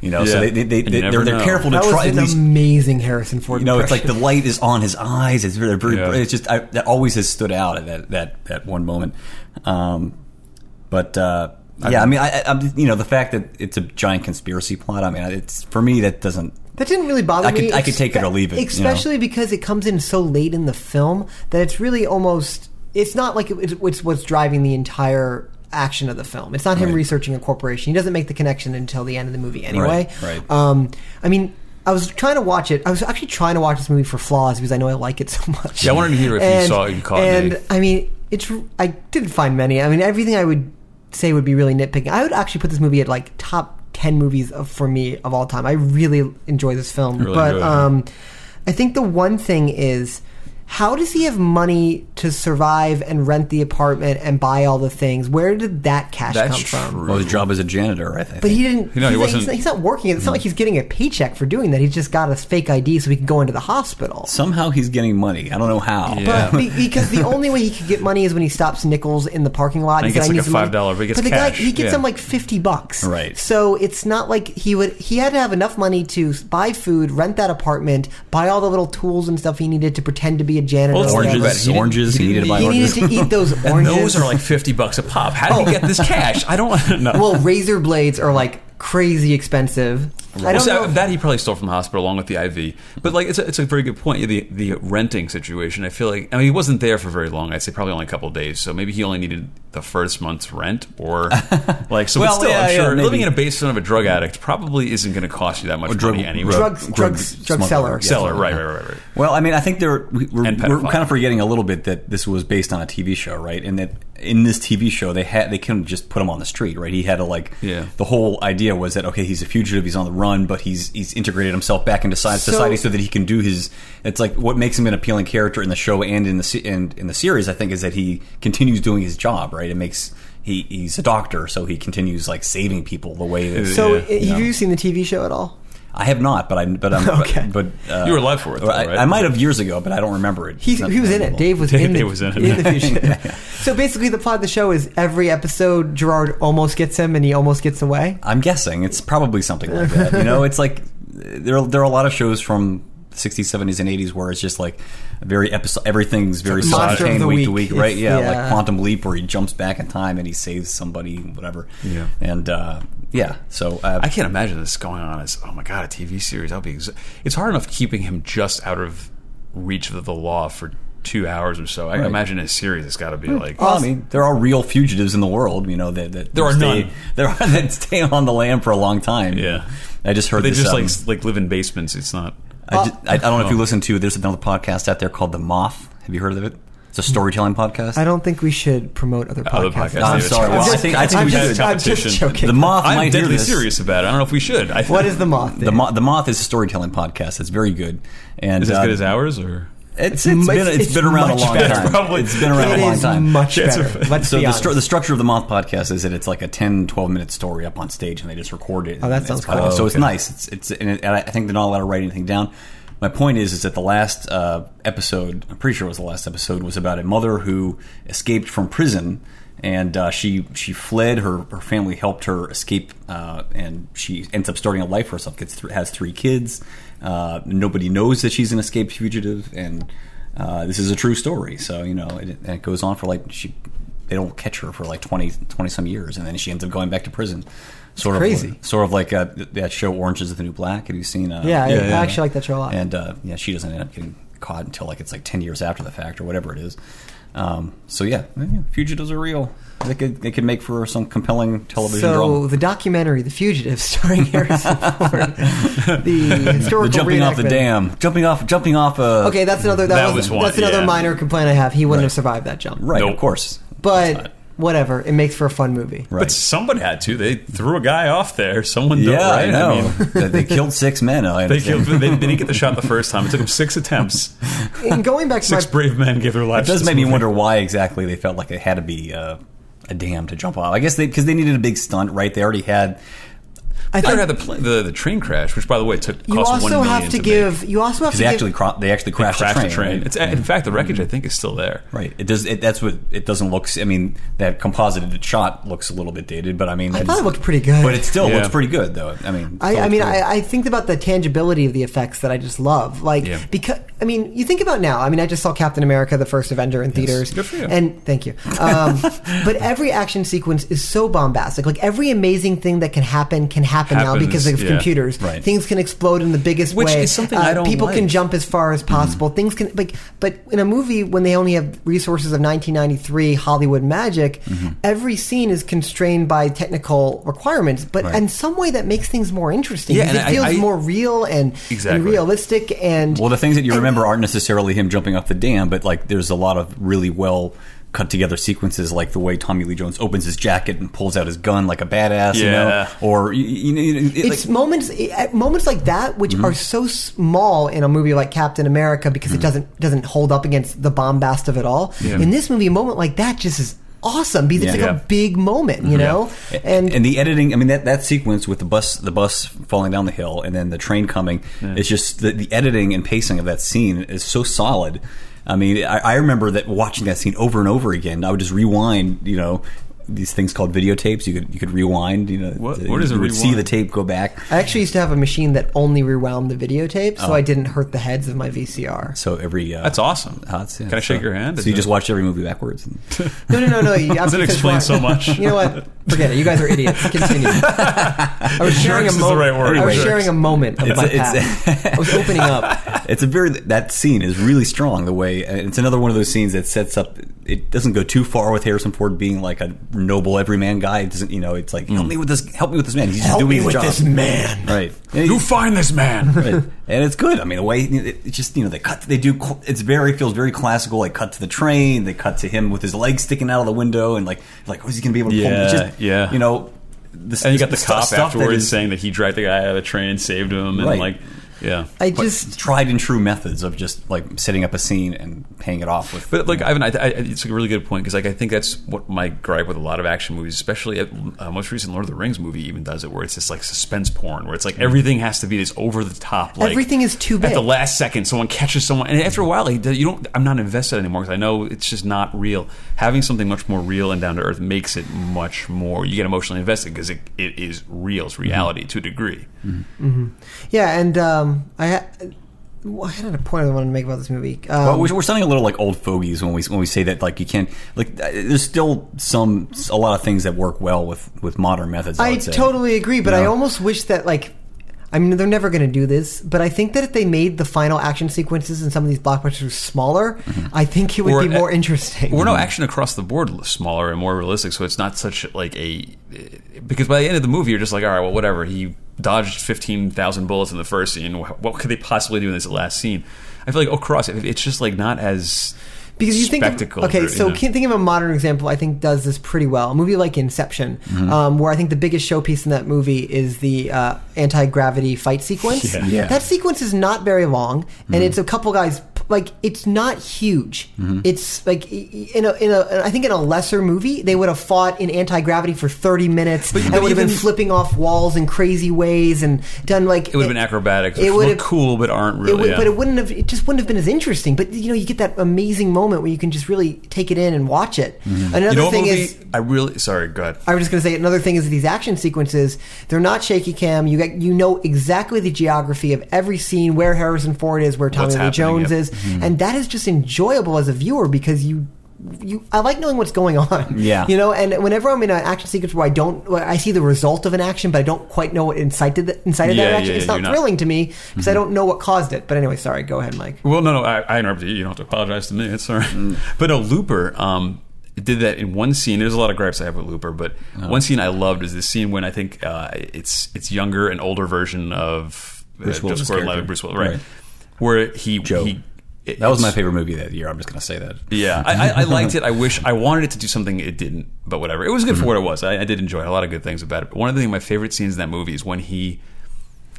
[SPEAKER 4] You know,
[SPEAKER 3] Yeah.
[SPEAKER 4] so they, they, they,
[SPEAKER 3] And you
[SPEAKER 4] they
[SPEAKER 3] never
[SPEAKER 4] are they're
[SPEAKER 3] know.
[SPEAKER 4] careful to
[SPEAKER 2] That was
[SPEAKER 4] try at
[SPEAKER 2] an
[SPEAKER 4] least.
[SPEAKER 2] amazing Harrison Ford.
[SPEAKER 4] You know, it's like
[SPEAKER 2] impression.
[SPEAKER 4] the light is on his eyes. It's very, very
[SPEAKER 3] Yeah.
[SPEAKER 4] bright. It's just I, that always has stood out at that that, that one moment. Um, but uh, yeah, I mean, I, I, I'm, you know, the fact that it's a giant conspiracy plot. I mean, it's for me that doesn't.
[SPEAKER 2] That didn't really bother
[SPEAKER 4] I could-
[SPEAKER 2] me.
[SPEAKER 4] I could take it or
[SPEAKER 2] expe-
[SPEAKER 4] leave it, you know?
[SPEAKER 2] Especially because it comes in so late in the film that it's really almost. It's not like it, it's what's driving the entire action of the film. It's not him
[SPEAKER 4] Right.
[SPEAKER 2] researching a corporation. He doesn't make the connection until the end of the movie anyway.
[SPEAKER 4] Right, right.
[SPEAKER 2] Um, I mean. I was trying to watch it. I was actually trying to watch this movie for flaws because I know I like it so much.
[SPEAKER 3] Yeah, I wanted to hear if you
[SPEAKER 2] And-
[SPEAKER 3] saw it, you caught
[SPEAKER 2] and
[SPEAKER 3] me.
[SPEAKER 2] I mean, it's. I didn't find many. I mean, everything I would say would be really nitpicking. I would actually put this movie at like top ten movies of, for me of all time. I really enjoy this film,
[SPEAKER 3] Really
[SPEAKER 2] but
[SPEAKER 3] enjoy it, yeah.
[SPEAKER 2] um, I think the one thing is. How does he have money to survive and rent the apartment and buy all the things? Where did that cash
[SPEAKER 3] That's
[SPEAKER 2] come from?
[SPEAKER 3] true.
[SPEAKER 4] Well, his job as a janitor, I think.
[SPEAKER 2] But he didn't.
[SPEAKER 3] You
[SPEAKER 2] he's, not-
[SPEAKER 3] know, he
[SPEAKER 2] he's
[SPEAKER 3] wasn't-
[SPEAKER 2] not, he's not working. It's not like he's getting a paycheck for doing that. He's just got a fake ID so he can go into the hospital.
[SPEAKER 4] somehow he's getting money. I don't know how.
[SPEAKER 3] Yeah.
[SPEAKER 2] But
[SPEAKER 3] <laughs>
[SPEAKER 2] be, because the only way he could get money is when he stops nickels in the parking lot.
[SPEAKER 3] And he
[SPEAKER 2] said,
[SPEAKER 3] gets
[SPEAKER 2] "I
[SPEAKER 3] like
[SPEAKER 2] need
[SPEAKER 3] a
[SPEAKER 2] some money."
[SPEAKER 3] $5, but he gets
[SPEAKER 2] the
[SPEAKER 3] cash,
[SPEAKER 2] guy he gets
[SPEAKER 3] yeah.
[SPEAKER 2] him like fifty bucks.
[SPEAKER 4] Right.
[SPEAKER 2] So it's not like he would. He had to have enough money to buy food, rent that apartment, buy all the little tools and stuff he needed to pretend to be a janitor.
[SPEAKER 3] Well,
[SPEAKER 2] or
[SPEAKER 3] it's
[SPEAKER 2] whatever.
[SPEAKER 3] But he
[SPEAKER 4] Oranges,
[SPEAKER 3] didn't-
[SPEAKER 4] oranges. He
[SPEAKER 3] he
[SPEAKER 4] needed
[SPEAKER 3] didn't
[SPEAKER 4] to
[SPEAKER 3] need-
[SPEAKER 4] buy
[SPEAKER 2] He
[SPEAKER 4] oranges.
[SPEAKER 2] needed to eat those oranges.
[SPEAKER 3] <laughs> And those are like fifty bucks a pop. How did he get this cash? I don't know.
[SPEAKER 2] well, razor blades are like crazy expensive. I don't
[SPEAKER 3] Well,
[SPEAKER 2] know.
[SPEAKER 3] so that he probably stole from the hospital along with the IV. But like, it's a, it's a very good point. The the renting situation. I feel like I mean he wasn't there for very long. I'd say probably only a couple of days. So maybe he only needed the first month's rent or like. So
[SPEAKER 4] Well,
[SPEAKER 3] but still,
[SPEAKER 4] yeah,
[SPEAKER 3] I'm
[SPEAKER 4] yeah,
[SPEAKER 3] sure
[SPEAKER 4] maybe.
[SPEAKER 3] living in a basement of a drug addict probably isn't going to cost you that much
[SPEAKER 4] drug-
[SPEAKER 3] money anyway.
[SPEAKER 4] drug-
[SPEAKER 2] drugs, drugs, drug,
[SPEAKER 4] smuggler.
[SPEAKER 2] seller.
[SPEAKER 4] Yeah.
[SPEAKER 3] seller, right, right, right, right.
[SPEAKER 4] Well, I mean, I think there we, we're,
[SPEAKER 3] And
[SPEAKER 4] we're
[SPEAKER 3] pedophile.
[SPEAKER 4] kind of forgetting a little bit that this was based on a TV show, right? And that in this TV show, they had they couldn't just put him on the street, right? He had to like
[SPEAKER 3] Yeah.
[SPEAKER 4] the whole idea was that okay, he's a fugitive, he's on the run, but he's he's integrated himself back into so,
[SPEAKER 2] So-
[SPEAKER 4] society so that he can do his. It's like what makes him an appealing character in the show and in the se- and in the series, I think, is that he continues doing his job, right? It makes. He, he's a doctor, so he continues like saving people the way that.
[SPEAKER 2] So,
[SPEAKER 3] Yeah.
[SPEAKER 2] have you seen the TV show at all?
[SPEAKER 4] I have not, but I but
[SPEAKER 2] <laughs>
[SPEAKER 4] I'm
[SPEAKER 2] Okay.
[SPEAKER 4] but uh,
[SPEAKER 3] You were alive for it, though,
[SPEAKER 4] I,
[SPEAKER 3] right?
[SPEAKER 4] I might have years ago, but I don't remember it.
[SPEAKER 2] He,
[SPEAKER 4] It's not
[SPEAKER 2] he was in it.
[SPEAKER 4] memorable.
[SPEAKER 2] Dave was <laughs>
[SPEAKER 3] Dave-
[SPEAKER 2] in, the,
[SPEAKER 3] Dave was in it.
[SPEAKER 2] the <laughs> fugitive. so basically, the plot of the show is every episode Gerard almost gets him, and he almost gets away.
[SPEAKER 4] I'm guessing it's probably something like
[SPEAKER 2] <laughs>
[SPEAKER 4] that. You know, it's like there are, there are a lot of shows from. 60s, 70s, and 80s, where it's just like very episode, everything's very
[SPEAKER 2] Monster of
[SPEAKER 4] self-contained
[SPEAKER 2] the
[SPEAKER 4] week to
[SPEAKER 2] week.
[SPEAKER 4] week, right?
[SPEAKER 2] It's-
[SPEAKER 4] Yeah, like
[SPEAKER 2] yeah.
[SPEAKER 4] Quantum Leap, where he jumps back in time and he saves somebody, whatever.
[SPEAKER 3] Yeah.
[SPEAKER 4] and uh, yeah, so uh,
[SPEAKER 3] I can't imagine this going on as oh my god a TV series. I'll be. Exa- it's hard enough keeping him just out of reach of the law for two hours or so. I can
[SPEAKER 4] Right.
[SPEAKER 3] imagine a series. It's got to be like
[SPEAKER 4] Well, I mean, there are real fugitives in the world, you know, that, that
[SPEAKER 3] There are
[SPEAKER 4] stay,
[SPEAKER 3] none.
[SPEAKER 4] <laughs> There are that stay on the land for a long time.
[SPEAKER 3] Yeah.
[SPEAKER 4] I just heard
[SPEAKER 3] they
[SPEAKER 4] this.
[SPEAKER 3] just
[SPEAKER 4] um,
[SPEAKER 3] like s- like live in basements. It's not.
[SPEAKER 4] I,
[SPEAKER 2] Uh,
[SPEAKER 4] ju- I, I don't know if
[SPEAKER 3] Oh.
[SPEAKER 4] you listen to. There's another podcast out there called The Moth. Have you heard of it? It's a storytelling podcast.
[SPEAKER 2] Mm. I don't think we should promote other podcasts.
[SPEAKER 3] Other podcasts.
[SPEAKER 4] I'm
[SPEAKER 3] David,
[SPEAKER 4] sorry.
[SPEAKER 3] it's-
[SPEAKER 4] Well, I
[SPEAKER 3] it's-
[SPEAKER 4] think- I think
[SPEAKER 2] am
[SPEAKER 4] we
[SPEAKER 2] just,
[SPEAKER 4] should.
[SPEAKER 2] I'm just
[SPEAKER 3] Competition.
[SPEAKER 2] joking.
[SPEAKER 4] the Moth
[SPEAKER 3] I'm
[SPEAKER 4] might hear
[SPEAKER 3] deadly
[SPEAKER 4] this.
[SPEAKER 3] serious about it. I don't know if we should. I,
[SPEAKER 2] What
[SPEAKER 3] <laughs>
[SPEAKER 2] is the moth?
[SPEAKER 4] <laughs> The, Mo- the Moth is a storytelling podcast. It's very good. And
[SPEAKER 3] is it as
[SPEAKER 4] uh,
[SPEAKER 3] good as ours or?
[SPEAKER 4] It's,
[SPEAKER 2] It's mu-
[SPEAKER 4] it's been
[SPEAKER 2] it's
[SPEAKER 4] it's been around a
[SPEAKER 2] much
[SPEAKER 4] long
[SPEAKER 2] better.
[SPEAKER 4] time.
[SPEAKER 3] Probably.
[SPEAKER 4] It's been around
[SPEAKER 2] It
[SPEAKER 4] a long
[SPEAKER 2] is
[SPEAKER 4] time.
[SPEAKER 2] much
[SPEAKER 3] That's
[SPEAKER 2] better.
[SPEAKER 3] right.
[SPEAKER 2] Let's
[SPEAKER 4] so
[SPEAKER 2] be
[SPEAKER 4] the,
[SPEAKER 2] honest.
[SPEAKER 4] stru- the structure of the moth podcast is that it's like a 10 12 minute story up on stage and they just record it
[SPEAKER 2] Oh, that
[SPEAKER 4] and it's
[SPEAKER 2] sounds
[SPEAKER 4] cut out.
[SPEAKER 2] cool.
[SPEAKER 4] so it's
[SPEAKER 3] Okay.
[SPEAKER 4] nice it's it's and, it, and i think they're not allowed to write anything down my point is is that the last uh, episode i'm pretty sure it was the last episode was about a mother who escaped from prison and uh, she she fled. Her her family helped her escape, uh, and she ends up starting a life for herself. Gets th- has three kids. Uh, nobody knows that she's an escaped fugitive, and uh, this is a true story. So you know, it, and it goes on for like she they don't catch her for like 20, 20 some years, and then she ends up going back to prison. Sort
[SPEAKER 2] crazy.
[SPEAKER 4] of, sort of like uh, th- that show Orange Is the New Black. Have you seen? Uh,
[SPEAKER 2] Yeah, I- Yeah, I yeah. actually like that show a lot.
[SPEAKER 4] And uh, yeah, she doesn't end up getting caught until like it's like ten years after the fact or whatever it is. Um, so yeah, yeah, fugitives are real. They could they could make for some compelling television
[SPEAKER 2] so
[SPEAKER 4] drama.
[SPEAKER 2] the documentary, The Fugitive, <laughs>
[SPEAKER 4] <laughs>
[SPEAKER 2] starring Harrison Ford, the
[SPEAKER 4] The
[SPEAKER 2] historical
[SPEAKER 4] jumping off the
[SPEAKER 2] reenactment.
[SPEAKER 4] dam, jumping off, jumping off uh, a
[SPEAKER 2] Okay, that's another. That,
[SPEAKER 3] That
[SPEAKER 2] was,
[SPEAKER 3] was one,
[SPEAKER 2] That's another
[SPEAKER 3] yeah.
[SPEAKER 2] minor complaint I have. He wouldn't
[SPEAKER 4] Right.
[SPEAKER 2] have survived that jump.
[SPEAKER 4] right,
[SPEAKER 3] Nope.
[SPEAKER 4] of course, That's
[SPEAKER 2] But
[SPEAKER 4] not-
[SPEAKER 2] whatever. It makes for a fun movie.
[SPEAKER 4] right.
[SPEAKER 3] But somebody had to. They threw a guy off there. Someone. did,
[SPEAKER 4] yeah,
[SPEAKER 3] right?
[SPEAKER 4] I know.
[SPEAKER 3] mean,
[SPEAKER 4] <laughs> They- they killed six men. I
[SPEAKER 3] they,
[SPEAKER 4] understand.
[SPEAKER 3] killed, they, they didn't get the shot the first time. It took them six
[SPEAKER 4] <laughs>
[SPEAKER 3] attempts.
[SPEAKER 2] And going back to
[SPEAKER 3] Six
[SPEAKER 2] my
[SPEAKER 3] brave men gave their
[SPEAKER 4] It
[SPEAKER 3] lives.
[SPEAKER 4] does
[SPEAKER 3] to
[SPEAKER 4] make me
[SPEAKER 3] this movie.
[SPEAKER 4] wonder why exactly they felt like it had to be uh, a dam to jump off. I guess they because they needed a big stunt, right? They already had.
[SPEAKER 2] I
[SPEAKER 3] I
[SPEAKER 2] thought
[SPEAKER 3] had the, pl- the the train crash, which by the way took cost
[SPEAKER 2] you
[SPEAKER 3] one
[SPEAKER 2] also
[SPEAKER 3] million
[SPEAKER 2] have to,
[SPEAKER 3] make.
[SPEAKER 2] give. You also have to
[SPEAKER 4] they
[SPEAKER 2] give.
[SPEAKER 4] actually cro- they actually crashed,
[SPEAKER 3] crashed
[SPEAKER 4] a train. right? Mm-hmm.
[SPEAKER 3] It's in fact the wreckage I think is still there.
[SPEAKER 4] Right. It does. It, that's what it doesn't look. I mean, that composited shot looks a little bit dated, but I mean,
[SPEAKER 2] I
[SPEAKER 4] that's-
[SPEAKER 2] thought it looked pretty good.
[SPEAKER 4] But it still
[SPEAKER 3] Yeah.
[SPEAKER 4] looks pretty good, though. I mean,
[SPEAKER 2] I, I mean, I, I think about the tangibility of the effects that I just love. Like,
[SPEAKER 3] Yeah.
[SPEAKER 2] because I mean, you think about now. I mean, I just saw Captain America: The First Avenger in theaters,
[SPEAKER 3] Good for you.
[SPEAKER 2] and thank you.
[SPEAKER 3] <laughs>
[SPEAKER 2] Um, but every action sequence is so bombastic. Like every amazing thing that can happen can happen now
[SPEAKER 3] Happens,
[SPEAKER 2] because of
[SPEAKER 3] yeah.
[SPEAKER 2] computers.
[SPEAKER 4] Right.
[SPEAKER 2] Things can explode in the biggest
[SPEAKER 3] Which
[SPEAKER 2] way. Uh,
[SPEAKER 3] is something I don't
[SPEAKER 2] People can
[SPEAKER 3] like.
[SPEAKER 2] jump as far as possible.
[SPEAKER 3] Mm-hmm.
[SPEAKER 2] Things can like, but in a movie when they only have resources of 1993 Hollywood magic,
[SPEAKER 3] Mm-hmm.
[SPEAKER 2] every scene is constrained by technical requirements. But
[SPEAKER 4] Right.
[SPEAKER 2] in some way that makes things more interesting
[SPEAKER 3] Yeah,
[SPEAKER 2] because
[SPEAKER 3] and
[SPEAKER 2] it
[SPEAKER 3] I-
[SPEAKER 2] feels
[SPEAKER 3] I-
[SPEAKER 2] more real and,
[SPEAKER 3] Exactly.
[SPEAKER 2] and realistic and
[SPEAKER 4] well, the things that you remember aren't necessarily him jumping off the dam, but like there's a lot of really well cut together sequences, like the way Tommy Lee Jones opens his jacket and pulls out his gun like a badass, you
[SPEAKER 3] Yeah.
[SPEAKER 4] know, or you, you, know, it-
[SPEAKER 2] it's
[SPEAKER 4] like,
[SPEAKER 2] moments at moments like that which
[SPEAKER 3] Mm-hmm.
[SPEAKER 2] are so small in a movie like Captain America because it doesn't doesn't hold up against the bombast of it all.
[SPEAKER 3] Mm-hmm. Yeah.
[SPEAKER 2] In this movie, a moment like that just is awesome because it's
[SPEAKER 4] Yeah.
[SPEAKER 2] like
[SPEAKER 3] Yeah. Mm-hmm.
[SPEAKER 2] a big moment, you know.
[SPEAKER 4] and,
[SPEAKER 2] And,
[SPEAKER 4] the editing. I mean, that, that sequence with the bus, the bus falling down the hill, and then the train coming. It's just the, the editing and pacing of that scene is so solid. I mean, I, I remember that watching that scene over and over again. I would just rewind, you know. These things called videotapes, you could you could rewind. You know,
[SPEAKER 3] What-
[SPEAKER 4] to-
[SPEAKER 3] what is a
[SPEAKER 4] you would see
[SPEAKER 3] rewind?
[SPEAKER 4] the tape go back.
[SPEAKER 2] I actually used to have a machine that only rewound the videotape, so I didn't hurt the heads of my VCR.
[SPEAKER 4] So every uh,
[SPEAKER 3] That's awesome.
[SPEAKER 4] Uh, it's- yeah,
[SPEAKER 3] Can I shake
[SPEAKER 4] so-
[SPEAKER 3] your hand?
[SPEAKER 4] So you
[SPEAKER 3] Is
[SPEAKER 4] just
[SPEAKER 3] it-
[SPEAKER 4] watched every movie backwards. And,
[SPEAKER 2] <laughs> No, no, no, no. You have
[SPEAKER 3] Doesn't
[SPEAKER 2] to finish
[SPEAKER 3] explain
[SPEAKER 2] one.
[SPEAKER 3] so much.
[SPEAKER 2] You know what? Forget it. You guys are <laughs> idiots. Continue. I was sharing
[SPEAKER 3] Jerks
[SPEAKER 2] a
[SPEAKER 3] is the
[SPEAKER 2] moment.
[SPEAKER 3] right word.
[SPEAKER 2] I was
[SPEAKER 3] Jerks.
[SPEAKER 2] sharing a moment of
[SPEAKER 4] It's-
[SPEAKER 2] my
[SPEAKER 4] it's-
[SPEAKER 2] past. I was opening <laughs> up.
[SPEAKER 4] it's a very that scene is really strong. The way and it's another one of those scenes that sets up. It doesn't go too far with Harrison Ford being like a noble everyman guy. It doesn't you know? It's like help me with this. Help me with this man. He's just doing his job.
[SPEAKER 2] man.
[SPEAKER 4] Right. And
[SPEAKER 3] You
[SPEAKER 4] he's-
[SPEAKER 3] find this man.
[SPEAKER 4] <laughs> Right. and it's good. I mean, the way it, it's just you know they cut. They do. cl- It's very feels very classical. Like cut to the train. They cut to him with his legs sticking out of the window and like like who's he going to be able to pull?
[SPEAKER 3] Yeah,
[SPEAKER 4] It's just,
[SPEAKER 3] yeah.
[SPEAKER 4] You know.
[SPEAKER 3] <laughs>
[SPEAKER 4] This,
[SPEAKER 3] And you got the
[SPEAKER 4] this
[SPEAKER 3] cop
[SPEAKER 4] stuff that
[SPEAKER 3] afterwards
[SPEAKER 4] is-
[SPEAKER 3] saying that he dragged the guy out of the train, saved him, and
[SPEAKER 4] Right.
[SPEAKER 3] like, yeah.
[SPEAKER 2] I
[SPEAKER 4] but
[SPEAKER 2] just
[SPEAKER 4] tried and true methods of just like setting up a scene and paying it off with.
[SPEAKER 3] But like Ivan, I, I, it's a really good point because like I think that's what my gripe with a lot of action movies, especially at, uh, most recent Lord of the Rings movie, even does it, where it's just like suspense porn, where it's like everything has to be this over the top. Like,
[SPEAKER 2] Everything is too
[SPEAKER 3] At
[SPEAKER 2] big.
[SPEAKER 3] the last second, someone catches someone, and after a while, like, you don't. I'm not invested anymore because I know it's just not real. Having something much more real and down to earth makes it much more. You get emotionally invested because it, it is real, it's reality
[SPEAKER 2] Mm-hmm.
[SPEAKER 3] to a degree.
[SPEAKER 2] yeah, and um, I ha- I had a point I wanted to make about this movie. Um,
[SPEAKER 4] Well, we're, we're sounding a little like old fogies when we when we say that. Like you can't like. uh, There's still some a lot of things that work well with with modern methods. I,
[SPEAKER 2] I
[SPEAKER 4] would say.
[SPEAKER 2] totally agree, but I
[SPEAKER 4] Yeah.
[SPEAKER 2] almost wish that like. I mean, they're never going to do this, but I think that if they made the final action sequences in some of these blockbusters smaller, I think it would
[SPEAKER 3] Or-
[SPEAKER 2] be more interesting.
[SPEAKER 3] Or no action across the board l- smaller and more realistic, so it's not such like a because by the end of the movie you're just like, all right, well, whatever. He dodged fifteen thousand bullets in the first scene. Wh- What could they possibly do in this last scene? I feel like across it, it's just like not as
[SPEAKER 2] because you think of-
[SPEAKER 3] spectacle.
[SPEAKER 2] okay
[SPEAKER 3] or,
[SPEAKER 2] so
[SPEAKER 3] you know.
[SPEAKER 2] can think of a modern example i think does this pretty well a movie like inception
[SPEAKER 3] Mm-hmm.
[SPEAKER 2] um, where i think the biggest showpiece in that movie is the uh, anti-gravity fight sequence
[SPEAKER 3] Yeah. Mm-hmm.
[SPEAKER 4] Yeah.
[SPEAKER 2] that sequence is not very long and it's a couple guys like it's not huge it's like i- i- in a, in a i think in a lesser movie they would have fought in anti-gravity for 30 minutes and
[SPEAKER 3] but
[SPEAKER 2] would have been
[SPEAKER 3] even-
[SPEAKER 2] flipping off walls in crazy ways and done like
[SPEAKER 3] it would have been acrobatics.
[SPEAKER 2] it
[SPEAKER 3] It
[SPEAKER 2] would've-
[SPEAKER 3] would cool, but aren't really.
[SPEAKER 2] it would,
[SPEAKER 3] yeah.
[SPEAKER 2] but it wouldn't have. It just wouldn't have been as interesting. But you know, you get that amazing moment where you can just really take it in and watch it. Another
[SPEAKER 3] Mm-hmm. you know what
[SPEAKER 2] thing
[SPEAKER 3] movie?
[SPEAKER 2] is,
[SPEAKER 3] I really sorry. Go ahead.
[SPEAKER 2] I was just going to say another thing is these action sequences. They're not shaky cam. You get you know exactly the geography of every scene, where Harrison Ford is, where Tommy
[SPEAKER 3] What's
[SPEAKER 2] Lee
[SPEAKER 3] happening,
[SPEAKER 2] Jones
[SPEAKER 3] yep. Mm-hmm.
[SPEAKER 2] is, and that is just enjoyable as a viewer because you. You, I like knowing what's going on.
[SPEAKER 4] Yeah.
[SPEAKER 2] you know, and whenever I'm in an action sequence where I don't, where I see the result of an action, but I don't quite know what incited the, incited
[SPEAKER 3] Yeah,
[SPEAKER 2] that
[SPEAKER 3] yeah,
[SPEAKER 2] action. it's
[SPEAKER 3] yeah,
[SPEAKER 2] not
[SPEAKER 3] you're not- Mm-hmm.
[SPEAKER 2] thrilling to me because I don't know what caused it. But anyway, sorry. Go ahead, Mike.
[SPEAKER 3] Well, no, no, I, I interrupted you. You don't have to apologize to me. It's all right.
[SPEAKER 4] Mm.
[SPEAKER 3] But no, Looper um, did that in one scene. There's a lot of gripes I have with Looper, but
[SPEAKER 4] Oh.
[SPEAKER 3] one scene I loved is this scene when I think uh, it's it's younger and older version of uh,
[SPEAKER 4] Bruce Willis's
[SPEAKER 3] Joseph Gordon-Levitt,
[SPEAKER 4] character.
[SPEAKER 3] Bruce Willis, right?
[SPEAKER 4] Right.
[SPEAKER 3] Where he
[SPEAKER 4] Joe.
[SPEAKER 3] he it-
[SPEAKER 4] That was my
[SPEAKER 3] it's-
[SPEAKER 4] favorite movie that year. I'm just going to say that.
[SPEAKER 3] Yeah, I, I, I liked it. I wish I wanted it to do something it didn't, but whatever. It was good for what it was. I, I did enjoy it. a lot of good things about it. But one of the thing, my favorite scenes in that movie is when he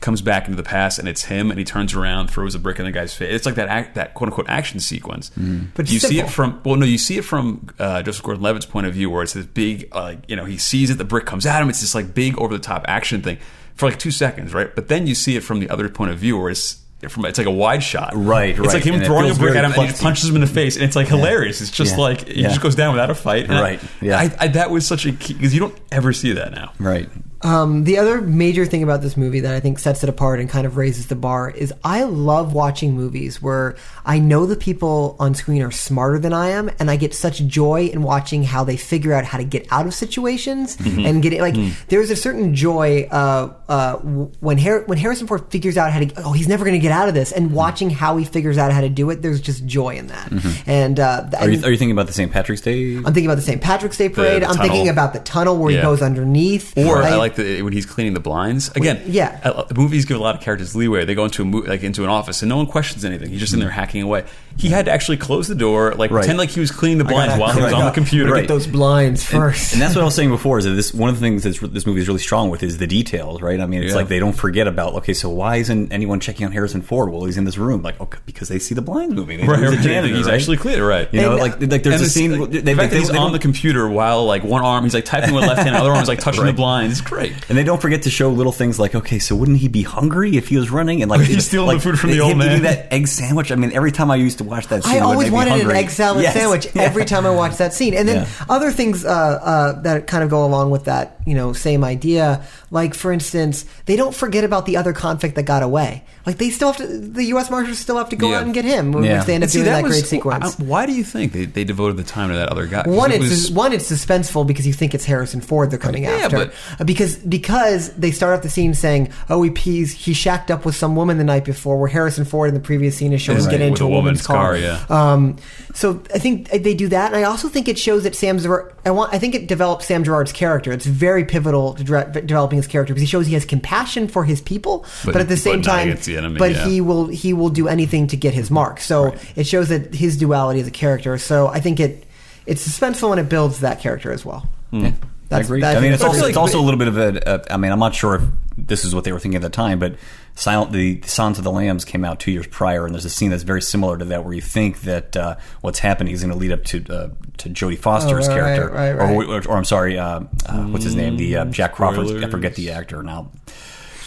[SPEAKER 3] comes back into the past, and it's him, and he turns around, throws a brick in the guy's face. It's like that act, that quote unquote action sequence.
[SPEAKER 4] Mm-hmm.
[SPEAKER 2] But
[SPEAKER 3] you see
[SPEAKER 2] simple.
[SPEAKER 3] it from well, no, you see it from uh, Joseph Gordon-Levitt's point of view, where it's this big, uh, like you know, he sees it, the brick comes at him. It's this like big over the top action thing for like two seconds, right? But then you see it from the other point of view, where it's from it's like a wide shot,
[SPEAKER 4] Right,
[SPEAKER 3] It's
[SPEAKER 4] right.
[SPEAKER 3] like him
[SPEAKER 4] And it
[SPEAKER 3] throwing a
[SPEAKER 4] feels
[SPEAKER 3] brick at
[SPEAKER 4] very
[SPEAKER 3] him, and he just
[SPEAKER 4] clumsy.
[SPEAKER 3] punches him in the face, and it's like hilarious. It's just
[SPEAKER 4] Yeah.
[SPEAKER 3] like he
[SPEAKER 4] Yeah.
[SPEAKER 3] just goes down without a fight, And I-
[SPEAKER 4] Right, yeah.
[SPEAKER 3] I, I, that was such a key because you don't ever see that now.
[SPEAKER 4] Right.
[SPEAKER 2] Um, the other major thing about this movie that I think sets it apart and kind of raises the bar is I love watching movies where I know the people on screen are smarter than I am, and I get such joy in watching how they figure out how to get out of situations
[SPEAKER 3] Mm-hmm.
[SPEAKER 2] and get it. Like there's a certain joy uh, uh, w- when Har- when Harrison Ford figures out how to. Oh, he's never going to get out of this,
[SPEAKER 3] Mm-hmm.
[SPEAKER 2] and watching how he figures out how to do it, there's just joy in that.
[SPEAKER 3] Mm-hmm.
[SPEAKER 2] And uh, th-
[SPEAKER 4] Are you, are you thinking about the St. Patrick's Day?
[SPEAKER 2] I'm thinking about the St. Patrick's Day parade.
[SPEAKER 3] the
[SPEAKER 2] I'm
[SPEAKER 3] tunnel.
[SPEAKER 2] thinking about the tunnel where
[SPEAKER 3] Yeah.
[SPEAKER 2] he goes underneath.
[SPEAKER 3] Or I
[SPEAKER 2] right?
[SPEAKER 3] like the, when he's cleaning the blinds again.
[SPEAKER 2] yeah.
[SPEAKER 3] uh, movies give a lot of characters leeway. They go into a mo- like into an office and no one questions anything. He's just in there hacking away. He had to actually close the door, like
[SPEAKER 4] Hmm. Right.
[SPEAKER 3] pretend like he was cleaning the blinds
[SPEAKER 4] gotta-
[SPEAKER 3] while he was
[SPEAKER 4] I
[SPEAKER 3] on the
[SPEAKER 4] gotta-
[SPEAKER 3] computer.
[SPEAKER 4] Right.
[SPEAKER 2] Get those blinds first.
[SPEAKER 4] And that's what I was saying before is that this one of the things that this movie is really strong with is the details, right? I mean, it's
[SPEAKER 3] Yeah.
[SPEAKER 4] like they don't forget about okay, so why isn't anyone checking on Harrison Ford while he's in this room? Like, okay, because they see the blinds moving. They know
[SPEAKER 3] Right,
[SPEAKER 4] he's a
[SPEAKER 3] right,
[SPEAKER 4] janitor,
[SPEAKER 3] he's
[SPEAKER 4] right?
[SPEAKER 3] actually clean, right?
[SPEAKER 4] You know,
[SPEAKER 2] And-
[SPEAKER 4] like like there's
[SPEAKER 3] And
[SPEAKER 4] a
[SPEAKER 3] it's-
[SPEAKER 4] scene.
[SPEAKER 3] like,
[SPEAKER 4] they,
[SPEAKER 3] the fact
[SPEAKER 4] they,
[SPEAKER 3] that he's
[SPEAKER 4] they
[SPEAKER 3] on
[SPEAKER 4] don't-
[SPEAKER 3] the computer while like one arm he's like typing with left hand, other arm's like touching the
[SPEAKER 4] Right.
[SPEAKER 3] blinds. It's great.
[SPEAKER 4] And they don't forget to show little things like, okay, so wouldn't he be hungry if he was running? And like
[SPEAKER 3] He's stealing
[SPEAKER 4] like,
[SPEAKER 3] the food from the
[SPEAKER 4] him
[SPEAKER 3] old
[SPEAKER 4] eating
[SPEAKER 3] man.
[SPEAKER 4] that egg sandwich. I mean, every time I used to watch that, scene,
[SPEAKER 2] I
[SPEAKER 4] would
[SPEAKER 2] always
[SPEAKER 4] make me
[SPEAKER 2] wanted
[SPEAKER 4] hungry.
[SPEAKER 2] an egg salad
[SPEAKER 4] Yes.
[SPEAKER 2] sandwich
[SPEAKER 4] Yeah.
[SPEAKER 2] every time I watched that scene. And then
[SPEAKER 4] Yeah.
[SPEAKER 2] other things uh, uh, that kind of go along with that, you know, same idea. Like for instance, they don't forget about the other convict that got away. Like they still have to, the U.S. Marshals still have to go
[SPEAKER 3] Yeah.
[SPEAKER 2] out and get him,
[SPEAKER 4] Yeah.
[SPEAKER 2] which they end up
[SPEAKER 3] And see,
[SPEAKER 2] doing that,
[SPEAKER 3] was-
[SPEAKER 2] great sequence.
[SPEAKER 3] I- why do you think they, they devoted the time to that other guy? 'Cause
[SPEAKER 2] One,
[SPEAKER 3] it
[SPEAKER 2] it's
[SPEAKER 3] was-
[SPEAKER 2] one, it's suspenseful because you think it's Harrison Ford they're coming
[SPEAKER 3] Yeah,
[SPEAKER 2] after.
[SPEAKER 3] but-
[SPEAKER 2] Uh, because because they start off the scene saying, "Oh, he pees, he shacked up with some woman the night before," where Harrison Ford in the previous scene is shown
[SPEAKER 3] Is
[SPEAKER 2] him get
[SPEAKER 3] with
[SPEAKER 2] into
[SPEAKER 3] a
[SPEAKER 2] a, woman's
[SPEAKER 3] woman's car,
[SPEAKER 2] car.
[SPEAKER 3] yeah.
[SPEAKER 2] Um, so I think they do that, and I also think it shows that Sam Gerard. I want. I think it develops Sam Gerard's character. It's very pivotal to dre- developing his character because he shows he has compassion for his people, but,
[SPEAKER 3] But-
[SPEAKER 2] at the
[SPEAKER 3] but
[SPEAKER 2] same
[SPEAKER 3] not
[SPEAKER 2] time,
[SPEAKER 3] against the enemy,
[SPEAKER 2] but
[SPEAKER 3] yeah.
[SPEAKER 2] he will he will do anything to get his mark. So it shows that his duality as a character. So I think it it's suspenseful and it builds that character as well.
[SPEAKER 4] Yeah.
[SPEAKER 2] That's-
[SPEAKER 4] Hmm. I agree.
[SPEAKER 2] that-
[SPEAKER 4] I mean, it's
[SPEAKER 2] that's
[SPEAKER 4] also,
[SPEAKER 2] really-
[SPEAKER 4] it's also a little bit of a. Uh, I mean, I'm not sure if this is what they were thinking at the time, but Silent the Silence of the Lambs came out two years prior, and there's a scene that's very similar to that, where you think that uh, what's happening is going to lead up to uh, to Jodie
[SPEAKER 3] Oh,
[SPEAKER 4] Foster's
[SPEAKER 2] right,
[SPEAKER 4] character,
[SPEAKER 2] right,
[SPEAKER 4] Or
[SPEAKER 2] right.
[SPEAKER 4] wh- or, or I'm sorry, uh, uh, what's his name? The uh, Jack Crawford. I
[SPEAKER 3] spoilers.
[SPEAKER 4] forget the actor now.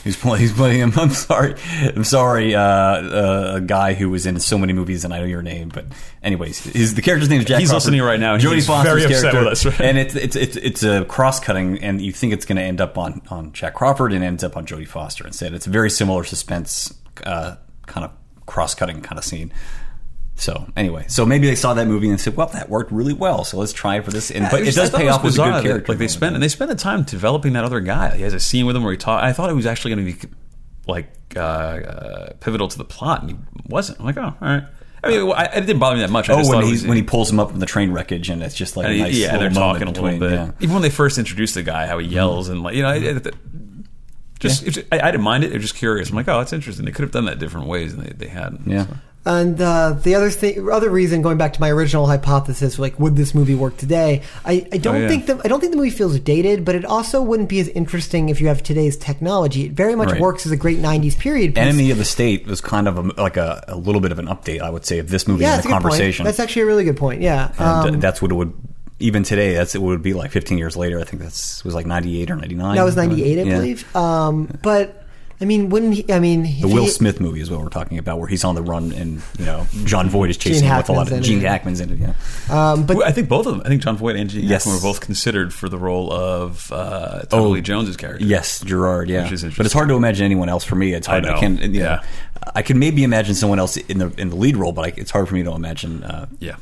[SPEAKER 4] He's playing. He's playing him. <laughs> I'm sorry. I'm sorry. Uh, uh, a guy who was in so many movies, and I know your name, but anyways, his the character's name is Jack.
[SPEAKER 3] He's
[SPEAKER 4] Crawford.
[SPEAKER 3] listening right now, and
[SPEAKER 4] Jodie
[SPEAKER 3] he's
[SPEAKER 4] Foster's
[SPEAKER 3] very upset
[SPEAKER 4] character,
[SPEAKER 3] with us, right?
[SPEAKER 4] and it's it's it's it's a cross cutting, and you think it's going to end up on on Jack Crawford, and ends up on Jodie Foster instead. It's a very similar suspense uh, kind of cross cutting kind of scene. So anyway, so maybe they saw that movie and said, "Well, that worked really well, so let's try it for this." And but it
[SPEAKER 3] was- I
[SPEAKER 4] does
[SPEAKER 3] thought
[SPEAKER 4] pay
[SPEAKER 3] was
[SPEAKER 4] off with a
[SPEAKER 3] bizarre
[SPEAKER 4] good
[SPEAKER 3] that,
[SPEAKER 4] character.
[SPEAKER 3] Like they spent and they spent the time developing that other guy. He has a scene with him where he talk. I thought it was actually going to be like uh, uh, pivotal to the plot, and he wasn't. I'm like, oh, all right. I mean, well, I, it didn't bother me that much. I
[SPEAKER 4] Oh,
[SPEAKER 3] just
[SPEAKER 4] when
[SPEAKER 3] thought it
[SPEAKER 4] he
[SPEAKER 3] was-
[SPEAKER 4] when he pulls him up from the train wreckage, and it's just like a
[SPEAKER 3] and he-
[SPEAKER 4] nice
[SPEAKER 3] yeah, and they're
[SPEAKER 4] little moment
[SPEAKER 3] talking a little
[SPEAKER 4] between.
[SPEAKER 3] bit.
[SPEAKER 4] yeah. Mm-hmm.
[SPEAKER 3] Even when they first introduced the guy, how he yells and like you know, I- I, just it was- I, I didn't mind it. I was just curious. I'm like, oh, that's interesting. They could have done that different ways, and they, they hadn't.
[SPEAKER 4] Yeah.
[SPEAKER 3] so.
[SPEAKER 2] And uh, the other thing, other reason, going back to my original hypothesis, like would this movie work today? I, I don't
[SPEAKER 3] Oh, yeah.
[SPEAKER 2] think the I don't think the movie feels dated, but it also wouldn't be as interesting if you have today's technology. It very much
[SPEAKER 4] Right.
[SPEAKER 2] works as a great '90s period piece.
[SPEAKER 4] Enemy of the State was kind of a, like a, a little bit of an update, I would say, of this movie
[SPEAKER 2] yeah,
[SPEAKER 4] in
[SPEAKER 2] that's a
[SPEAKER 4] the
[SPEAKER 2] good
[SPEAKER 4] conversation.
[SPEAKER 2] point. That's actually a really good point. Yeah,
[SPEAKER 4] and uh,
[SPEAKER 2] Um,
[SPEAKER 4] that's what it would even today. That's it would be like 15 years later. I think that's was like 98 or 99.
[SPEAKER 2] that was '98, I
[SPEAKER 4] Yeah.
[SPEAKER 2] believe. Um, but I mean, wouldn't he? I mean,
[SPEAKER 4] The Will Smith movie is what we're talking about, where he's on the run and you know John Voight is chasing
[SPEAKER 2] Gene
[SPEAKER 4] him with a lot of
[SPEAKER 2] Hackman's in
[SPEAKER 4] Gene
[SPEAKER 2] it.
[SPEAKER 4] Hackman's in it. Yeah,
[SPEAKER 2] Um, but
[SPEAKER 3] Well, I think both of them. I think John Voight and Gene
[SPEAKER 4] Yes.
[SPEAKER 3] Hackman were both considered for the role of uh, Tommy
[SPEAKER 4] Oh.
[SPEAKER 3] Lee Jones's character.
[SPEAKER 4] yes, Gerard. Yeah,
[SPEAKER 3] Which is
[SPEAKER 4] but it's hard to imagine anyone else for me. It's hard.
[SPEAKER 3] I know.
[SPEAKER 4] can't. You know,
[SPEAKER 3] Yeah.
[SPEAKER 4] I can maybe imagine someone else in the in the lead role, but I, it's hard for me to imagine. Uh,
[SPEAKER 3] Yeah.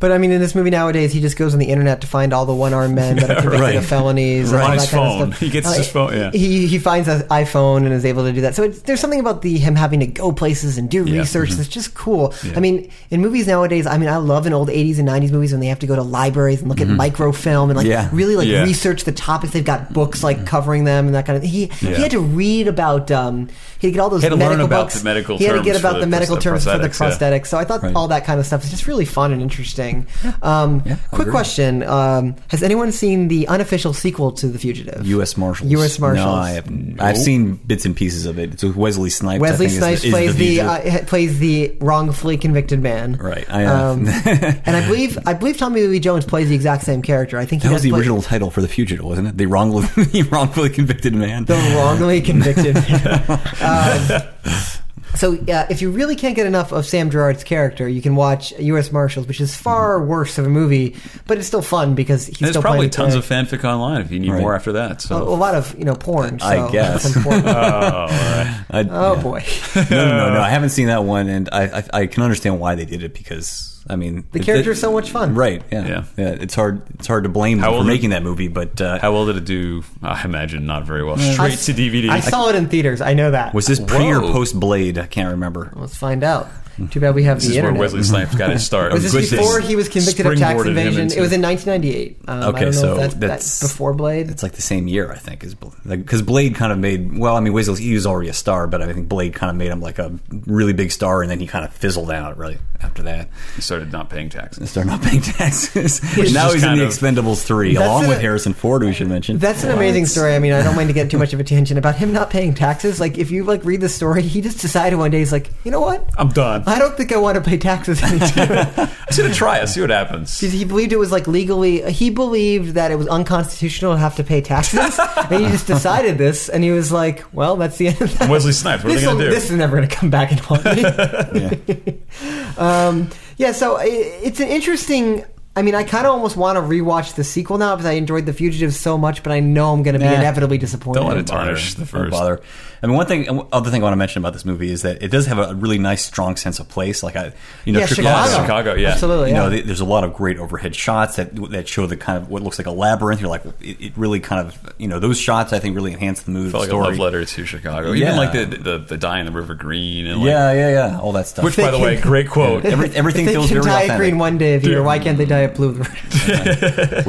[SPEAKER 2] But I mean, in this movie nowadays, he just goes on the internet to find all the one-armed men that are convicted
[SPEAKER 4] Right.
[SPEAKER 2] of felonies.
[SPEAKER 4] Right.
[SPEAKER 2] And all
[SPEAKER 4] On
[SPEAKER 2] that
[SPEAKER 3] his
[SPEAKER 2] kind Of
[SPEAKER 3] phone.
[SPEAKER 2] stuff. Uh,
[SPEAKER 3] He gets his phone, yeah.
[SPEAKER 2] He he finds an iPhone and is able to do that. So it's, there's something about the him having to go places and do
[SPEAKER 3] Yeah. Mm-hmm.
[SPEAKER 2] research that's just cool. I mean, in movies nowadays, I mean, I love in old 80s and 90s movies when they have to go to libraries and look at microfilm and like
[SPEAKER 4] Yeah.
[SPEAKER 2] really like
[SPEAKER 3] Mm-hmm. Yeah. Mm-hmm.
[SPEAKER 2] research the topics. They've got books like covering them and that kind of. He he
[SPEAKER 3] Yeah.
[SPEAKER 2] had to read about um he had to get all those
[SPEAKER 3] He had to learn
[SPEAKER 2] medical
[SPEAKER 3] about
[SPEAKER 2] books.
[SPEAKER 3] the medical
[SPEAKER 2] He had to
[SPEAKER 3] terms
[SPEAKER 2] get
[SPEAKER 3] for
[SPEAKER 2] about
[SPEAKER 3] the
[SPEAKER 2] the medical
[SPEAKER 3] prosth-
[SPEAKER 2] terms for the
[SPEAKER 3] prosthetics, yeah.
[SPEAKER 2] prosthetics. So I thought all that kind of stuff is just really fun and interesting. exciting. Um,
[SPEAKER 4] Yeah, I
[SPEAKER 2] quick
[SPEAKER 4] agree.
[SPEAKER 2] question: um, Has anyone seen the unofficial sequel to The Fugitive?
[SPEAKER 4] U.S. Marshals.
[SPEAKER 2] U.S. Marshals.
[SPEAKER 4] No, I have, I've seen bits and pieces of it. It's with Wesley Snipes. I
[SPEAKER 2] Wesley
[SPEAKER 4] think, is
[SPEAKER 2] Snipes
[SPEAKER 4] is
[SPEAKER 2] plays the,
[SPEAKER 4] future.
[SPEAKER 2] uh, plays the wrongfully convicted man.
[SPEAKER 4] Right, I,
[SPEAKER 2] um,
[SPEAKER 4] uh, <laughs>
[SPEAKER 2] and I believe I believe Tommy Lee Jones plays the exact same character. I think he
[SPEAKER 4] that
[SPEAKER 2] does
[SPEAKER 4] was the
[SPEAKER 2] play-
[SPEAKER 4] original title for the fugitive, wasn't it? The wrongly, <laughs> the wrongfully convicted man.
[SPEAKER 2] the wrongly
[SPEAKER 3] <laughs>
[SPEAKER 2] convicted man. Um, so uh, if you really can't get enough of Sam Gerard's character, you can watch U.S. Marshals, which is far worse of a movie, but it's still fun because he's
[SPEAKER 3] And
[SPEAKER 2] still
[SPEAKER 3] Hmm. there's probably
[SPEAKER 2] playing
[SPEAKER 3] tons
[SPEAKER 2] a-
[SPEAKER 3] of fanfic online if you need
[SPEAKER 4] Right.
[SPEAKER 3] more after that.
[SPEAKER 2] a, a
[SPEAKER 3] So
[SPEAKER 2] lot of you know porn. So
[SPEAKER 4] I guess.
[SPEAKER 3] <laughs>
[SPEAKER 2] some porn.
[SPEAKER 3] Oh,
[SPEAKER 4] I-
[SPEAKER 2] oh
[SPEAKER 4] yeah.
[SPEAKER 2] boy,
[SPEAKER 4] Uh, No, no, no, no. I haven't seen that one, and I, I, I can understand why they did it because I mean
[SPEAKER 2] the
[SPEAKER 4] it-
[SPEAKER 2] character's
[SPEAKER 4] it-
[SPEAKER 2] so much fun.
[SPEAKER 4] Right. Yeah.
[SPEAKER 3] Yeah.
[SPEAKER 4] yeah. It's hard. It's hard to blame
[SPEAKER 3] How
[SPEAKER 4] them for
[SPEAKER 3] old-
[SPEAKER 4] making that movie, but uh,
[SPEAKER 3] how well did it do? I imagine not very well.
[SPEAKER 2] I
[SPEAKER 3] Straight
[SPEAKER 2] s-
[SPEAKER 3] to DVD.
[SPEAKER 2] I saw it in theaters. I know that.
[SPEAKER 4] was this pre or
[SPEAKER 3] Whoa.
[SPEAKER 4] post Blade? I can't remember.
[SPEAKER 2] Let's find out. Too bad we have
[SPEAKER 3] this
[SPEAKER 2] the
[SPEAKER 3] is where
[SPEAKER 2] internet.
[SPEAKER 3] Wesley Snipes got his
[SPEAKER 2] <laughs>
[SPEAKER 3] start.
[SPEAKER 2] was
[SPEAKER 3] A
[SPEAKER 2] this
[SPEAKER 3] good thing
[SPEAKER 2] before he was convicted of
[SPEAKER 3] springboarded
[SPEAKER 2] tax
[SPEAKER 3] him
[SPEAKER 2] invasion?
[SPEAKER 3] into-
[SPEAKER 2] It was in 1998. Um, I
[SPEAKER 4] Okay,
[SPEAKER 2] don't know
[SPEAKER 4] so
[SPEAKER 2] if that's, that's
[SPEAKER 4] that's-
[SPEAKER 2] before Blade.
[SPEAKER 4] It's like the same year, I think, is because Blade kind of made. Well, I mean, Wesley he was already a star, but I think Blade kind of made him like a really big star, and then he kind of fizzled out really after that.
[SPEAKER 3] he started not paying taxes.
[SPEAKER 4] Started not paying
[SPEAKER 2] <laughs>
[SPEAKER 4] taxes. now
[SPEAKER 3] is
[SPEAKER 4] he's in
[SPEAKER 3] kind
[SPEAKER 4] the
[SPEAKER 3] of-
[SPEAKER 4] Expendables three,
[SPEAKER 2] That's
[SPEAKER 4] along
[SPEAKER 2] a-
[SPEAKER 4] with Harrison Ford, we should mention.
[SPEAKER 2] That's an amazing story. I mean, I don't mind to get too much of attention about him not paying taxes. Like, if you like read the story, <laughs> he just decided one day he's like, you know what?
[SPEAKER 3] I'm <laughs> done.
[SPEAKER 2] I don't think I want to pay taxes <laughs> anymore.
[SPEAKER 3] I should have tried. See what happens.
[SPEAKER 2] Because he believed it was like legally, he believed that it was unconstitutional to have to pay
[SPEAKER 4] <laughs>
[SPEAKER 2] taxes, and he just decided this, and he was like, well, that's the end of that.
[SPEAKER 3] Wesley Snipes. What are they
[SPEAKER 2] This
[SPEAKER 3] going
[SPEAKER 2] will-
[SPEAKER 3] to do?
[SPEAKER 2] This is never going to come back and haunt me.
[SPEAKER 4] Yeah.
[SPEAKER 3] <laughs>
[SPEAKER 2] <laughs> um, yeah, so i it's an interesting. I mean, I kind of almost want to rewatch the sequel now because I enjoyed The Fugitive so much, but I know I'm going to be
[SPEAKER 4] Nah.
[SPEAKER 2] inevitably disappointed.
[SPEAKER 3] Don't let it
[SPEAKER 4] Don't bother.
[SPEAKER 3] tarnish the
[SPEAKER 4] Don't
[SPEAKER 3] first.
[SPEAKER 4] bother. I mean, one thing, other thing I want to mention about this movie is that it does have a really nice, strong sense of place. Like I, you know,
[SPEAKER 2] yeah,
[SPEAKER 3] Chicago.
[SPEAKER 2] Chicago.
[SPEAKER 3] Chicago, yeah.
[SPEAKER 2] Absolutely.
[SPEAKER 4] You
[SPEAKER 2] Yeah.
[SPEAKER 4] know, th- there's a lot of great overhead shots that that show the kind of what looks like a labyrinth. You're like, it, it really kind of, you know, those shots I think really enhance the mood. of the
[SPEAKER 3] Felt like
[SPEAKER 4] story.
[SPEAKER 3] a love letter to Chicago.
[SPEAKER 4] Yeah.
[SPEAKER 3] Even like the, the the dye in the river green and like,
[SPEAKER 4] Yeah, yeah, yeah. All that stuff.
[SPEAKER 3] Which, by the
[SPEAKER 4] <laughs>
[SPEAKER 3] way, great quote.
[SPEAKER 4] Every-
[SPEAKER 2] <laughs>
[SPEAKER 4] everything
[SPEAKER 2] if they
[SPEAKER 4] feels
[SPEAKER 2] can
[SPEAKER 4] very
[SPEAKER 2] dye it
[SPEAKER 4] authentic.
[SPEAKER 2] green one day of year, why can't they dye it blue?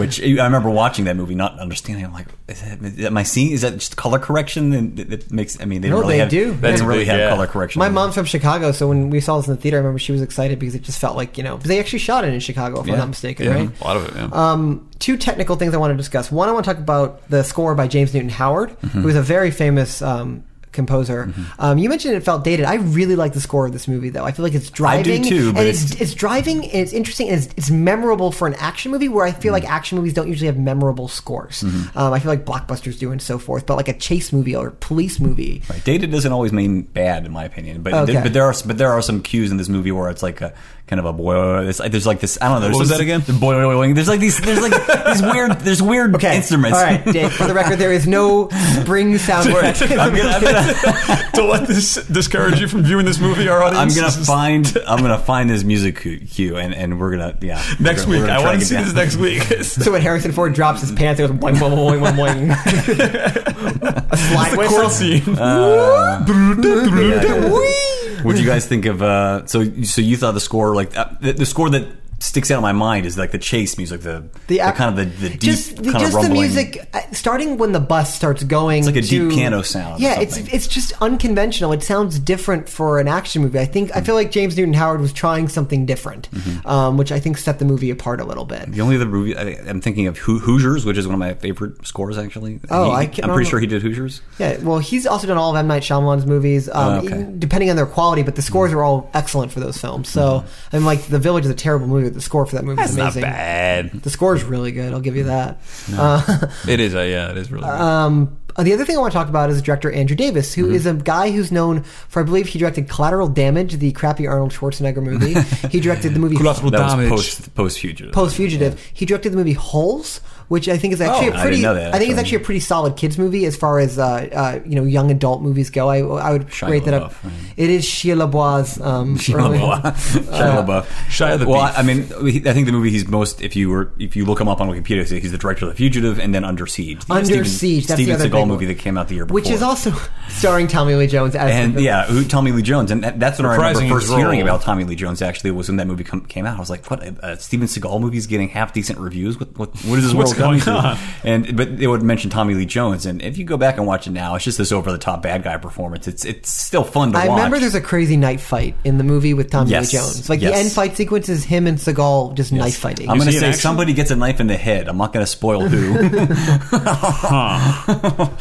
[SPEAKER 4] Which I remember watching that movie, not understanding. I'm like, is that, am I seeing? Is that just color correction? And that, that makes. I mean, they
[SPEAKER 2] No,
[SPEAKER 4] don't really
[SPEAKER 2] they
[SPEAKER 4] have.
[SPEAKER 2] do.
[SPEAKER 4] They
[SPEAKER 2] That's
[SPEAKER 4] didn't really
[SPEAKER 3] big,
[SPEAKER 4] have
[SPEAKER 3] yeah.
[SPEAKER 4] color correction.
[SPEAKER 2] My mom's from Chicago, so when we saw this in the theater, I remember she was excited because it just felt like you know they actually shot it in Chicago, if
[SPEAKER 4] Yeah.
[SPEAKER 2] I'm not mistaken,
[SPEAKER 3] Yeah,
[SPEAKER 2] right?
[SPEAKER 3] A lot of it. Yeah.
[SPEAKER 2] Um, two technical things I want to discuss. One, I want to talk about the score by James Newton Howard,
[SPEAKER 4] Mm-hmm.
[SPEAKER 2] who is a very famous um, composer. Um, you mentioned it felt dated. I really like the score of this movie, though. I feel like it's
[SPEAKER 4] I do
[SPEAKER 2] driving.
[SPEAKER 4] too, but
[SPEAKER 2] and it's,
[SPEAKER 4] it's-
[SPEAKER 2] it's driving and it's interesting and it's, it's memorable for an action movie where I feel
[SPEAKER 4] Mm-hmm.
[SPEAKER 2] like action movies don't usually have memorable scores. Um, I feel like blockbusters do and so forth, but like a chase movie or a police movie.
[SPEAKER 4] Right. Dated doesn't always mean bad, in my opinion. But
[SPEAKER 2] Okay.
[SPEAKER 4] there, but there are but there are some cues in this movie where it's like a kind of a boy. It's like, there's like this. I don't know. There's
[SPEAKER 3] What was
[SPEAKER 4] some-
[SPEAKER 3] that again?
[SPEAKER 4] The boy. There's like these. There's like these weird. There's weird
[SPEAKER 2] Okay.
[SPEAKER 4] instruments.
[SPEAKER 2] All right,
[SPEAKER 4] <laughs>
[SPEAKER 2] Dave. For the record, there is no spring sound effect.
[SPEAKER 4] I'm gonna, I'm
[SPEAKER 3] <laughs>
[SPEAKER 4] gonna,
[SPEAKER 3] Don't let this discourage you from viewing this movie,
[SPEAKER 2] <laughs>
[SPEAKER 3] our
[SPEAKER 4] I'm
[SPEAKER 3] audience.
[SPEAKER 4] gonna
[SPEAKER 3] This is-
[SPEAKER 4] find I'm gonna find this music cu- cue and, and we're gonna yeah
[SPEAKER 3] next
[SPEAKER 4] We're
[SPEAKER 3] week.
[SPEAKER 4] gonna-
[SPEAKER 3] I
[SPEAKER 4] we're gonna try
[SPEAKER 3] want to
[SPEAKER 4] get
[SPEAKER 3] see
[SPEAKER 4] down.
[SPEAKER 3] this next week.
[SPEAKER 4] <laughs>
[SPEAKER 2] So when Harrison Ford drops his pants, it goes boing, boing, boing, boing, boing.
[SPEAKER 4] <laughs>
[SPEAKER 2] a slide
[SPEAKER 3] the
[SPEAKER 2] whistle.
[SPEAKER 3] court scene.
[SPEAKER 4] What do you guys think of? Uh, so, so you thought the score, like uh, the, the score that sticks out in my mind, is like the chase music, the, the,
[SPEAKER 2] app-
[SPEAKER 4] kind of the, the deep,
[SPEAKER 2] just,
[SPEAKER 4] kind
[SPEAKER 2] just
[SPEAKER 4] of rumbling.
[SPEAKER 2] the music uh, starting when the bus starts going. It's
[SPEAKER 4] like a
[SPEAKER 2] to,
[SPEAKER 4] deep piano sound or
[SPEAKER 2] Yeah, it's
[SPEAKER 4] something.
[SPEAKER 2] it's just unconventional. It sounds different for an action movie. I think I
[SPEAKER 4] Mm-hmm.
[SPEAKER 2] feel like James Newton Howard was trying something different, um, which I think set the movie apart a little bit.
[SPEAKER 4] The only other movie I, I'm thinking of Hoo- Hoosiers, which is one of my favorite scores, actually.
[SPEAKER 2] Oh, I
[SPEAKER 4] He-
[SPEAKER 2] can't
[SPEAKER 4] I'm
[SPEAKER 2] remember-
[SPEAKER 4] pretty sure he did Hoosiers.
[SPEAKER 2] Yeah, well, he's also done all of M Night Shyamalan's movies, um,
[SPEAKER 4] Oh, okay.
[SPEAKER 2] depending on their quality, but the scores are all excellent for those films. So, and like The Village is a terrible movie, but the score for that movie is
[SPEAKER 3] It's Mm-hmm. not
[SPEAKER 2] amazing.
[SPEAKER 3] bad.
[SPEAKER 2] The score is really good. I'll give you that.
[SPEAKER 3] It is. Uh, yeah, it is really. good.
[SPEAKER 2] Um, uh, the other thing I want to talk about is director Andrew Davis,
[SPEAKER 3] Mm-hmm.
[SPEAKER 2] who is a guy who's known for, I believe, he directed Collateral Damage, the crappy Arnold Schwarzenegger
[SPEAKER 3] <laughs>
[SPEAKER 2] movie. he directed the movie
[SPEAKER 3] Collateral
[SPEAKER 4] That
[SPEAKER 3] Damage.
[SPEAKER 4] was post post Hoosiers.
[SPEAKER 2] Post Fugitive. He directed the movie Holes, which I think is actually
[SPEAKER 4] Oh, I
[SPEAKER 2] a
[SPEAKER 4] didn't
[SPEAKER 2] pretty. I,
[SPEAKER 4] know that,
[SPEAKER 2] think it's
[SPEAKER 4] actually.
[SPEAKER 2] actually a pretty solid kids movie as far as uh, uh, you know young adult movies go. I I would
[SPEAKER 4] Shia
[SPEAKER 2] rate that up.
[SPEAKER 4] LaBeouf, right.
[SPEAKER 2] It is Shia LaBeouf's. Um, early-
[SPEAKER 4] <laughs> <laughs> Shia LaBeouf. Shia LaBeouf.
[SPEAKER 3] Shia the
[SPEAKER 4] well,
[SPEAKER 3] Beef.
[SPEAKER 4] I mean, he- I think the movie he's most if you were if you look him up on Wikipedia, he's the director of The Fugitive and then Under Siege. The
[SPEAKER 2] Under
[SPEAKER 4] Steven-
[SPEAKER 2] Siege, that's the
[SPEAKER 4] Steven
[SPEAKER 2] other
[SPEAKER 4] Seagal
[SPEAKER 2] big
[SPEAKER 4] movie
[SPEAKER 2] one.
[SPEAKER 4] that came out the year
[SPEAKER 2] <laughs>
[SPEAKER 4] before,
[SPEAKER 2] which is also <laughs> starring Tommy Lee Jones as
[SPEAKER 4] and
[SPEAKER 2] the-
[SPEAKER 4] yeah, who Tommy Lee Jones, and that, that's what I
[SPEAKER 3] Reprising
[SPEAKER 4] remember
[SPEAKER 3] his
[SPEAKER 4] first hearing
[SPEAKER 3] role.
[SPEAKER 4] about Tommy Lee Jones. Actually, was when that movie come, came out. I was like, "What? A, a Steven Seagal movie's getting half decent reviews? What? What, what is this
[SPEAKER 3] What's
[SPEAKER 4] was coming
[SPEAKER 3] going on?
[SPEAKER 4] to. And but they would mention Tommy Lee Jones, and if you go back and watch it now, it's just this over the top bad guy performance. It's it's still fun to
[SPEAKER 2] I
[SPEAKER 4] watch.
[SPEAKER 2] remember there's a crazy knife fight in the movie with Tommy
[SPEAKER 4] Yes.
[SPEAKER 2] Lee Jones. Like the
[SPEAKER 4] Yes.
[SPEAKER 2] end fight sequence is him and Seagal just knife fighting.
[SPEAKER 4] I'm
[SPEAKER 3] You
[SPEAKER 4] going
[SPEAKER 3] see
[SPEAKER 4] to
[SPEAKER 3] an
[SPEAKER 4] say
[SPEAKER 3] action?
[SPEAKER 4] somebody gets a knife in the head. I'm not going to
[SPEAKER 3] <laughs>
[SPEAKER 4] spoil who. but,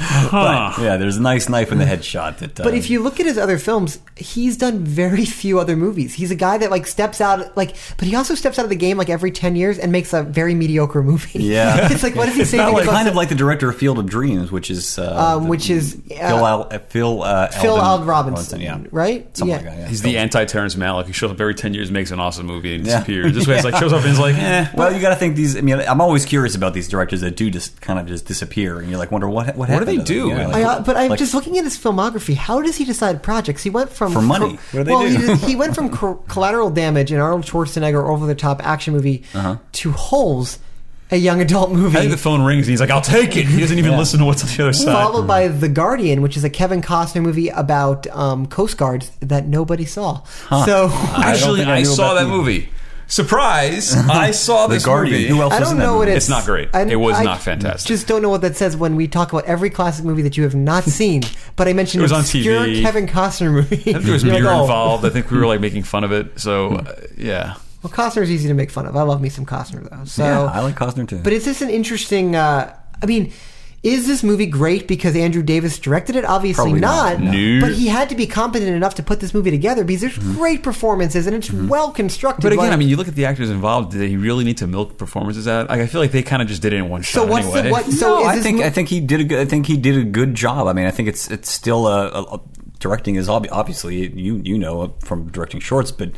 [SPEAKER 4] yeah, there's a nice knife in the head shot. That, uh,
[SPEAKER 2] But if you look at his other films, he's done very few other movies. He's a guy that like steps out, like, but he also steps out of the game like every ten years and makes a very mediocre movie. <laughs>
[SPEAKER 4] Yeah.
[SPEAKER 2] it's like what is he
[SPEAKER 4] it's
[SPEAKER 2] saying?
[SPEAKER 4] not like,
[SPEAKER 2] about
[SPEAKER 4] kind of like the director of Field of Dreams, which is uh,
[SPEAKER 2] Um,
[SPEAKER 4] the-
[SPEAKER 2] which is,
[SPEAKER 4] Phil
[SPEAKER 2] uh,
[SPEAKER 4] Al, uh, Phil uh,
[SPEAKER 2] Phil
[SPEAKER 4] Alden
[SPEAKER 2] Al Robinson,
[SPEAKER 4] yeah,
[SPEAKER 2] right?
[SPEAKER 4] something
[SPEAKER 2] yeah.
[SPEAKER 4] like that. Yeah.
[SPEAKER 3] He's the anti Terrence Malick. He shows up every 10 years, makes an awesome movie, and
[SPEAKER 4] <laughs> Yeah.
[SPEAKER 3] disappears. This way, it's like, shows up and is like, eh.
[SPEAKER 4] Well, you got to think these. I mean, I'm always curious about these directors that do just kind of just disappear, and you're like, wonder what what,
[SPEAKER 3] What do they
[SPEAKER 4] happened to
[SPEAKER 3] do?
[SPEAKER 4] them? Yeah,
[SPEAKER 2] I,
[SPEAKER 4] like-
[SPEAKER 2] uh, but I'm
[SPEAKER 4] like-
[SPEAKER 2] just looking at his filmography. How does he decide projects? He went from
[SPEAKER 4] For money.
[SPEAKER 2] co-
[SPEAKER 4] What do they
[SPEAKER 2] well,
[SPEAKER 4] do?
[SPEAKER 2] He, did- he went from co- Collateral Damage, an Arnold Schwarzenegger over the top action movie,
[SPEAKER 4] Uh-huh.
[SPEAKER 2] to Holes, a young adult movie.
[SPEAKER 3] I think the phone rings and he's like, I'll take it. He doesn't even listen to what's on the other side.
[SPEAKER 2] followed by The Guardian, which is a Kevin Costner movie about um, Coast Guards that nobody saw. So <laughs> I,
[SPEAKER 4] don't
[SPEAKER 3] Actually,
[SPEAKER 4] think I
[SPEAKER 3] I,
[SPEAKER 4] knew
[SPEAKER 3] saw
[SPEAKER 4] about
[SPEAKER 3] that
[SPEAKER 4] the-
[SPEAKER 3] movie.
[SPEAKER 4] <laughs>
[SPEAKER 3] Surprise! I saw
[SPEAKER 4] The
[SPEAKER 3] this
[SPEAKER 4] Guardian.
[SPEAKER 3] movie.
[SPEAKER 4] Who else was
[SPEAKER 2] don't
[SPEAKER 4] in that
[SPEAKER 2] know what
[SPEAKER 4] movie?
[SPEAKER 2] it's.
[SPEAKER 3] It's not great.
[SPEAKER 2] I-
[SPEAKER 3] It was
[SPEAKER 2] I
[SPEAKER 3] not fantastic.
[SPEAKER 2] Just don't know what that says when we talk about every classic movie that you have
[SPEAKER 3] <laughs>
[SPEAKER 2] not seen. But I mentioned
[SPEAKER 3] It was on
[SPEAKER 2] obscure
[SPEAKER 3] TV.
[SPEAKER 2] Kevin Costner
[SPEAKER 3] <laughs>
[SPEAKER 2] movie.
[SPEAKER 3] I think there was
[SPEAKER 2] You're like,
[SPEAKER 3] beer
[SPEAKER 2] oh,
[SPEAKER 3] involved. I think we were like making fun of it. So,
[SPEAKER 4] <laughs>
[SPEAKER 3] uh, yeah.
[SPEAKER 2] Well, Costner's easy to make fun of. I love me some Costner though. So
[SPEAKER 4] yeah, I like Costner too.
[SPEAKER 2] uh, But is this an interesting? Uh, I mean, is this movie great because Andrew Davis directed it? Obviously
[SPEAKER 4] Probably
[SPEAKER 2] not.
[SPEAKER 4] not,
[SPEAKER 3] no.
[SPEAKER 2] But he had to be competent enough to put this movie together because there's great performances and it's well constructed.
[SPEAKER 3] But again,
[SPEAKER 2] Like-
[SPEAKER 3] I mean, you look at the actors involved. Did they really need to milk performances out? Like, I feel like they kind of just did it in one
[SPEAKER 2] So
[SPEAKER 3] shot.
[SPEAKER 2] what's the-
[SPEAKER 3] anyway.
[SPEAKER 2] what- so-
[SPEAKER 4] no,
[SPEAKER 2] is
[SPEAKER 4] I
[SPEAKER 2] this
[SPEAKER 4] think
[SPEAKER 2] mo-
[SPEAKER 4] I think he did a good, I think he did a good job. I mean, I think it's it's still a, a, a- directing is obvi- obviously you you know uh, from directing shorts, but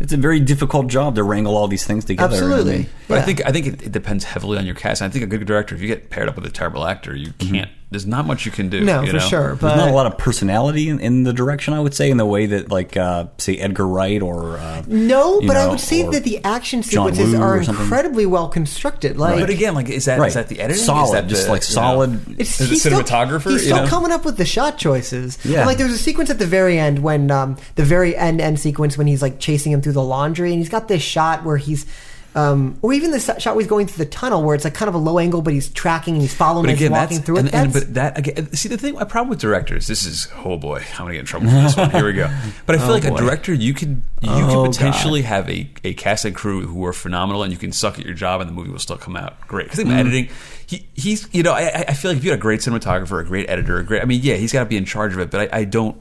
[SPEAKER 4] it's a very difficult job to wrangle all these things together.
[SPEAKER 2] Absolutely.
[SPEAKER 4] I mean,
[SPEAKER 3] But
[SPEAKER 2] Yeah.
[SPEAKER 3] I think I think it, it depends heavily on your cast. And I think a good director, if you get paired up with a terrible actor, you can't. There's not much you can do.
[SPEAKER 2] Mm-hmm. no,
[SPEAKER 3] you
[SPEAKER 2] for
[SPEAKER 3] know?
[SPEAKER 2] sure. But
[SPEAKER 4] there's not a lot of personality in, in the direction I would say in the way that like uh, say Edgar Wright or uh,
[SPEAKER 2] no,
[SPEAKER 4] you
[SPEAKER 2] but I
[SPEAKER 4] know,
[SPEAKER 2] would say
[SPEAKER 4] or-
[SPEAKER 2] that the action
[SPEAKER 4] John Woo
[SPEAKER 2] sequences are
[SPEAKER 4] or something.
[SPEAKER 2] incredibly well constructed. Like,
[SPEAKER 3] But again, like is that is
[SPEAKER 4] right
[SPEAKER 3] that the editing? Is
[SPEAKER 4] solid
[SPEAKER 3] that
[SPEAKER 4] just
[SPEAKER 3] the-
[SPEAKER 4] like
[SPEAKER 3] you know?
[SPEAKER 4] solid
[SPEAKER 2] It's,
[SPEAKER 3] As a
[SPEAKER 2] he's still-
[SPEAKER 3] cinematographer,
[SPEAKER 2] he's
[SPEAKER 3] you
[SPEAKER 2] still
[SPEAKER 3] know?
[SPEAKER 2] coming up with the shot choices.
[SPEAKER 4] Yeah.
[SPEAKER 2] like there's a sequence at the very end when um, the very end end sequence when he's like chasing him through the laundry, and he's got this shot where he's. Um, or even the s- shot where he's going through the tunnel, where it's like kind of a low angle, but he's tracking, and he's following,
[SPEAKER 3] But
[SPEAKER 2] and he's
[SPEAKER 3] again,
[SPEAKER 2] walking
[SPEAKER 3] that's
[SPEAKER 2] through it.
[SPEAKER 3] and, and-
[SPEAKER 2] That's-
[SPEAKER 3] but that again. See the thing, my problem with directors. This is oh boy, I'm gonna get in trouble for this one. Here we
[SPEAKER 2] <laughs>
[SPEAKER 3] go. But I
[SPEAKER 2] Oh
[SPEAKER 3] feel like a director, you could you
[SPEAKER 4] Oh,
[SPEAKER 3] could potentially have a, a cast and crew who are phenomenal, and you can suck at your job, and the movie will still come out great. Because
[SPEAKER 2] Mm.
[SPEAKER 3] editing, he, he's you know I, I- I feel like if you had a great cinematographer, a great editor, a great I mean yeah, he's got to be in charge of it. But I, I don't.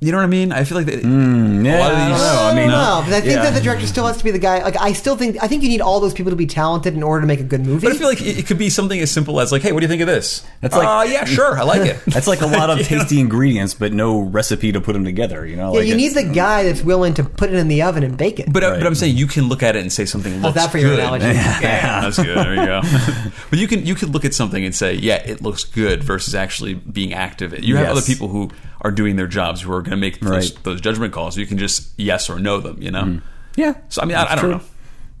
[SPEAKER 3] You know what I mean? I feel like that,
[SPEAKER 2] Mm.
[SPEAKER 3] a lot
[SPEAKER 4] I
[SPEAKER 3] of
[SPEAKER 4] don't
[SPEAKER 3] these.
[SPEAKER 4] know. I mean,
[SPEAKER 2] no, but I think
[SPEAKER 4] yeah.
[SPEAKER 2] that the director still has to be the guy. Like, I still think I think you need all those people to be talented in order to make a good movie.
[SPEAKER 3] But I feel like it it could be something as simple as like, "Hey, what do you think of this?"
[SPEAKER 4] That's like-
[SPEAKER 3] "Uh, yeah, sure, I
[SPEAKER 2] <laughs>
[SPEAKER 3] like it."
[SPEAKER 4] that's like a
[SPEAKER 3] <laughs>
[SPEAKER 4] lot of tasty ingredients, but no recipe to put them together. You know,
[SPEAKER 2] yeah,
[SPEAKER 4] like
[SPEAKER 2] you
[SPEAKER 4] it's-
[SPEAKER 2] need the guy that's willing to put it in the oven and bake it.
[SPEAKER 3] But, I-
[SPEAKER 4] Right.
[SPEAKER 3] but I'm saying you can look at it and say something looks
[SPEAKER 2] How's that for your
[SPEAKER 3] good.
[SPEAKER 2] analogy?
[SPEAKER 3] Yeah,
[SPEAKER 4] <laughs>
[SPEAKER 3] that's good. There you go. <laughs> but you can you could look at something and say, yeah, it looks good versus actually being active. You have
[SPEAKER 4] Yes.
[SPEAKER 3] other people who are doing their jobs who are going to make those,
[SPEAKER 4] Right.
[SPEAKER 3] those judgment calls. You can just yes or no them. You know.
[SPEAKER 4] yeah.
[SPEAKER 3] So I mean, I, I don't
[SPEAKER 4] That's true.
[SPEAKER 3] know.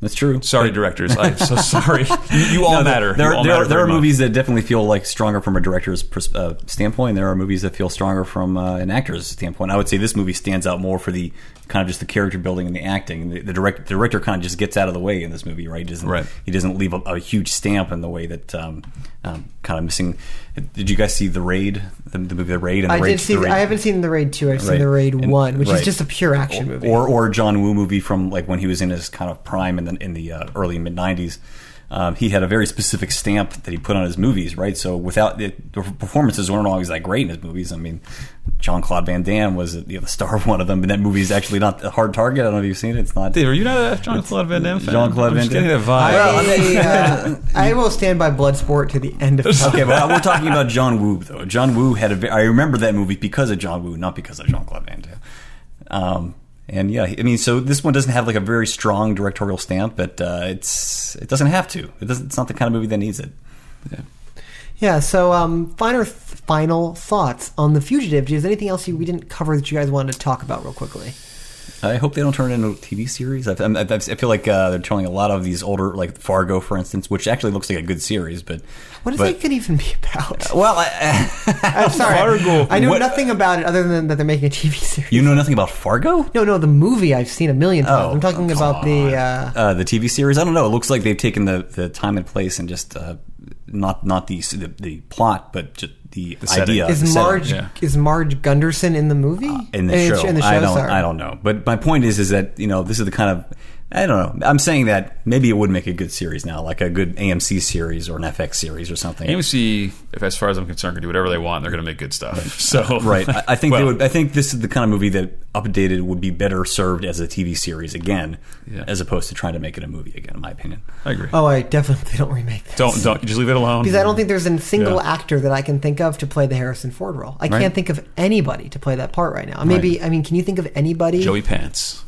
[SPEAKER 4] That's true.
[SPEAKER 3] Sorry, directors. I'm
[SPEAKER 4] <laughs>
[SPEAKER 3] so sorry. You, you all
[SPEAKER 4] No, there-
[SPEAKER 3] matter.
[SPEAKER 4] There,
[SPEAKER 3] You all
[SPEAKER 4] there,
[SPEAKER 3] matter
[SPEAKER 4] are- there
[SPEAKER 3] very
[SPEAKER 4] are
[SPEAKER 3] much.
[SPEAKER 4] movies that definitely feel like stronger from a director's pers- uh, standpoint. and There are movies that feel stronger from uh, an actor's standpoint. I would say this movie stands out more for the kind of just the character building and the acting. The, the direct, the director kind of just gets out of the way in this movie, right? He doesn't,
[SPEAKER 3] Right.
[SPEAKER 4] He doesn't leave a, a huge stamp in the way that um, um, kind of missing. Did you guys see the raid? The, the movie The Raid. And
[SPEAKER 2] I
[SPEAKER 4] the
[SPEAKER 2] did
[SPEAKER 4] Raid,
[SPEAKER 2] see.
[SPEAKER 4] the Raid,
[SPEAKER 2] I haven't seen the raid two. I've seen
[SPEAKER 4] Right.
[SPEAKER 2] the raid
[SPEAKER 4] And-
[SPEAKER 2] one, which is
[SPEAKER 4] right.
[SPEAKER 2] just a pure action movie.
[SPEAKER 4] or or John Woo movie from like when he was in his kind of prime in the in the uh, early mid '90s. Um, he had a very specific stamp that he put on his movies, right? So without the, the performances weren't always that great in his movies. I mean, John Claude Van Damme was you know, the star of one of them, and that movie is actually not a hard target. I don't know if you've seen it. It's not.
[SPEAKER 3] Dave, are you not a John Claude Van Damme fan?
[SPEAKER 4] Jean-Claude
[SPEAKER 3] I'm
[SPEAKER 4] Van
[SPEAKER 3] just getting
[SPEAKER 4] Damme.
[SPEAKER 3] that vibe.
[SPEAKER 2] I, uh,
[SPEAKER 4] <laughs>
[SPEAKER 2] I will stand by Bloodsport to the end of time.
[SPEAKER 4] Okay, but we're talking about John Woo though. John Woo had a. ve- I remember that movie because of John Woo, not because of Jean Claude Van Damme. Um, and yeah, I mean, so this one doesn't have like a very strong directorial stamp, but uh, it's it doesn't have to. It doesn't. It's not the kind of movie that needs it.
[SPEAKER 2] Yeah. So, um, final final thoughts on the fugitive. Is there anything else you, we didn't cover that you guys wanted to talk about real quickly?
[SPEAKER 4] I hope they don't turn it into a TV series. I, I, I feel like uh, they're telling a lot of these older, like Fargo, for instance, which actually looks like a good series. But
[SPEAKER 2] What is
[SPEAKER 4] but,
[SPEAKER 2] it going to even be
[SPEAKER 4] <laughs>
[SPEAKER 2] about?
[SPEAKER 4] Well, I,
[SPEAKER 2] I'm sorry.
[SPEAKER 3] Fargo.
[SPEAKER 2] I know
[SPEAKER 4] What-
[SPEAKER 2] nothing about it other than that they're making a TV <laughs> series.
[SPEAKER 4] you know nothing about Fargo.
[SPEAKER 2] No, no, the movie I've seen a million times.
[SPEAKER 4] Oh,
[SPEAKER 2] I'm talking
[SPEAKER 4] come
[SPEAKER 2] about the. Uh,
[SPEAKER 4] uh, the TV series. I don't know. It looks like they've taken the, the time and place and just uh, not not the, the the plot, but just the,
[SPEAKER 3] setting.
[SPEAKER 4] idea. Uh, the
[SPEAKER 2] is
[SPEAKER 4] setting.
[SPEAKER 2] Marge
[SPEAKER 3] yeah.
[SPEAKER 2] is Marge Gunderson in the movie?
[SPEAKER 4] in the
[SPEAKER 2] Eh,
[SPEAKER 4] show?
[SPEAKER 2] In the show,
[SPEAKER 4] I don't.
[SPEAKER 2] sorry.
[SPEAKER 4] I don't know. But my point is, is that you know this is the kind of I don't know. I'm saying that maybe it would make a good series now, like a good AMC series or an FX series or something.
[SPEAKER 3] AMC, if as far as I'm concerned, can do whatever they want. They're going to make good stuff. So
[SPEAKER 4] Right. I, I think
[SPEAKER 3] Well,
[SPEAKER 4] they would. I think this is the kind of movie that updated would be better served as a TV series again,
[SPEAKER 3] Yeah.
[SPEAKER 4] as opposed to trying to make it a movie again. In my
[SPEAKER 2] <laughs>
[SPEAKER 4] opinion. <laughs>
[SPEAKER 3] I agree.
[SPEAKER 2] Oh, I definitely <laughs> don't remake this.
[SPEAKER 3] Don't don't just leave it alone.
[SPEAKER 2] Because I don't think there's a single
[SPEAKER 3] Yeah.
[SPEAKER 2] actor that I can think of to play the Harrison Ford role. I
[SPEAKER 4] Right.
[SPEAKER 2] can't think of anybody to play that part right now. Maybe I mean, can you think of anybody? <laughs>
[SPEAKER 3] Joey Pants.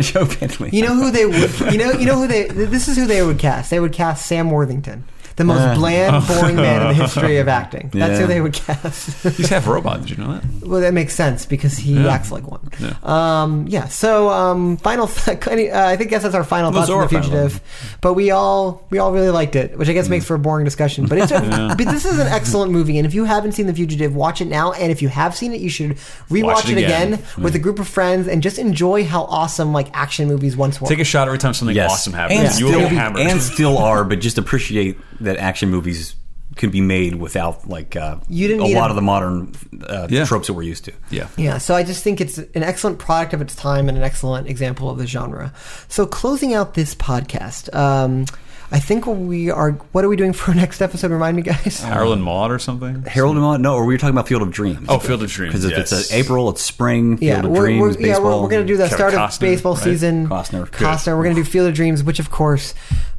[SPEAKER 4] Joe Bentley.
[SPEAKER 2] You know who they would. You know. You know who they. This is who they would cast. They would cast Sam Worthington, the most bland, boring man in the history of acting. That's
[SPEAKER 4] Yeah.
[SPEAKER 2] who they would cast. <laughs>
[SPEAKER 3] He's half a robot. Did you know that?
[SPEAKER 2] well, that makes sense because he acts like one.
[SPEAKER 3] Yeah.
[SPEAKER 2] Um, yeah. So um, final. <laughs> Th- any- uh, I think that's, that's our final
[SPEAKER 4] Those
[SPEAKER 2] thoughts on
[SPEAKER 4] are
[SPEAKER 2] the
[SPEAKER 4] our final
[SPEAKER 2] fugitive. But we all we all really liked it, which I guess makes for a boring discussion. But it's a, but this is an excellent movie, and if you haven't seen the fugitive, watch it now. And if you have seen it, you should rewatch
[SPEAKER 3] Watch it
[SPEAKER 2] it again,
[SPEAKER 3] again.
[SPEAKER 2] with a group of friends and just enjoy how awesome like action movies once were.
[SPEAKER 3] Take a shot every time something
[SPEAKER 4] Yes.
[SPEAKER 3] awesome happens.
[SPEAKER 4] And
[SPEAKER 3] you
[SPEAKER 4] still,
[SPEAKER 3] will get hammered.
[SPEAKER 4] and still are, but just appreciate that action movies can be made without like uh,
[SPEAKER 2] You didn't
[SPEAKER 4] a
[SPEAKER 2] need
[SPEAKER 4] lot
[SPEAKER 2] a-
[SPEAKER 4] of the modern uh,
[SPEAKER 3] Yeah.
[SPEAKER 4] tropes that we're used to.
[SPEAKER 3] <laughs> yeah.
[SPEAKER 2] Yeah, so I just think it's an excellent product of its time and an excellent example of the genre. So closing out this podcast, um, I think we are. What are we doing for our next episode? Remind me, guys.
[SPEAKER 3] Harlan Maud or something.
[SPEAKER 4] Harold and Maude? No, or we were talking about Field of Dreams.
[SPEAKER 3] Oh, Field of Dreams.
[SPEAKER 4] Because if
[SPEAKER 3] yes.
[SPEAKER 4] it's uh, April, it's spring. Field
[SPEAKER 2] Yeah,
[SPEAKER 4] of
[SPEAKER 2] we're,
[SPEAKER 4] Dreams,
[SPEAKER 2] we're,
[SPEAKER 4] baseball.
[SPEAKER 2] yeah, we're, we're going to do the
[SPEAKER 3] Kevin
[SPEAKER 2] start
[SPEAKER 3] Costner,
[SPEAKER 2] of baseball
[SPEAKER 3] right?
[SPEAKER 2] season.
[SPEAKER 4] Costner. Good.
[SPEAKER 2] Costner. We're going to do Field of Dreams, which of course,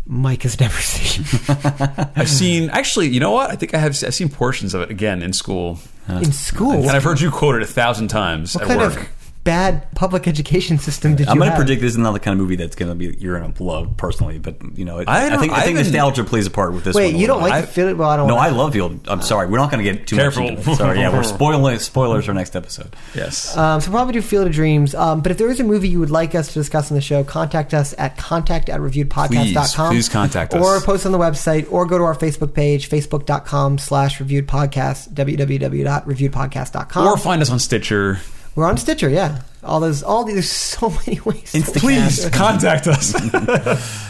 [SPEAKER 2] Mike has <laughs> never seen.
[SPEAKER 3] <laughs> I've seen actually. You know what? I think I have. I've seen portions of it again in school,
[SPEAKER 2] in school.
[SPEAKER 3] and I've heard you quote it a thousand times
[SPEAKER 2] what
[SPEAKER 3] at
[SPEAKER 2] kind
[SPEAKER 3] work.
[SPEAKER 2] of bad public education system did
[SPEAKER 4] I'm
[SPEAKER 2] you
[SPEAKER 4] going to
[SPEAKER 2] have?
[SPEAKER 4] predict this is not the kind of movie that's going to be you're going to love personally, but you know, it,
[SPEAKER 3] I
[SPEAKER 4] I,
[SPEAKER 3] don't-
[SPEAKER 4] think
[SPEAKER 3] I
[SPEAKER 4] I think
[SPEAKER 3] haven't-
[SPEAKER 4] nostalgia plays a part with this.
[SPEAKER 2] Wait,
[SPEAKER 4] one a
[SPEAKER 2] you don't
[SPEAKER 4] little bit.
[SPEAKER 2] like
[SPEAKER 4] I-
[SPEAKER 2] Field? Well, I don't.
[SPEAKER 4] No,
[SPEAKER 2] wanna-
[SPEAKER 4] I love Field. I'm sorry, we're not going to get too
[SPEAKER 3] Careful.
[SPEAKER 4] much. Into it.
[SPEAKER 3] <laughs>
[SPEAKER 4] Sorry, yeah, we're spoiling spoilers for next episode.
[SPEAKER 3] Yes.
[SPEAKER 2] Um, so we'll probably do Field of Dreams. Um, but if there is a movie you would like us to discuss on the show, contact us at contact at reviewedpodcast.com.
[SPEAKER 3] Please, please contact us.
[SPEAKER 2] Or post on the website or go to our Facebook page, facebook.com slash reviewedpodcast, www.reviewedpodcast.com.
[SPEAKER 3] or find us on Stitcher.
[SPEAKER 2] We're on Stitcher, yeah. All those, all these, <laughs> there's so many ways. to
[SPEAKER 3] Please
[SPEAKER 2] <laughs>
[SPEAKER 3] contact us.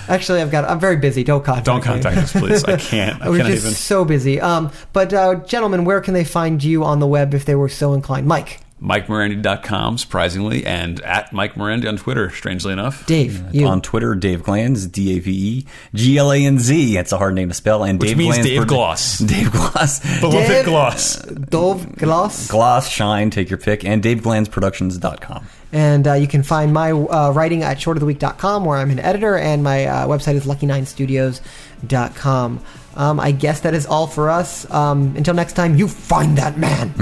[SPEAKER 2] Actually, I've got, I'm very busy. Don't contact
[SPEAKER 3] Don't
[SPEAKER 2] me. <laughs>
[SPEAKER 3] contact us, please. I can't. I
[SPEAKER 2] We're
[SPEAKER 3] can't
[SPEAKER 2] just
[SPEAKER 3] even.
[SPEAKER 2] so busy. Um, but, uh, gentlemen, where can they find you on the web if they were so inclined? Mike,
[SPEAKER 3] MikeMorandi.com, surprisingly, and at Mike Morandi on Twitter, strangely enough.
[SPEAKER 2] Dave, you.
[SPEAKER 4] on Twitter, Dave Glanz, D A V E G L A N Z. That's a hard name to spell. And
[SPEAKER 3] Which
[SPEAKER 4] Dave
[SPEAKER 3] means
[SPEAKER 4] Glanz
[SPEAKER 3] Dave
[SPEAKER 4] for-
[SPEAKER 3] Gloss.
[SPEAKER 4] <laughs> Dave Gloss.
[SPEAKER 3] Beloved
[SPEAKER 2] Dave-
[SPEAKER 3] Gloss.
[SPEAKER 2] Dove Gloss.
[SPEAKER 4] Gloss, shine, take your pick, and DaveGlanzProductions.com.
[SPEAKER 2] And uh, you can find my uh, writing at shortoftheweek.com, where I'm an editor, and my uh, website is lucky9studios.com. Um, I guess that is all
[SPEAKER 3] <laughs>
[SPEAKER 2] for us. Um, until next time, you find that man.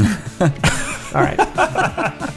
[SPEAKER 2] all right.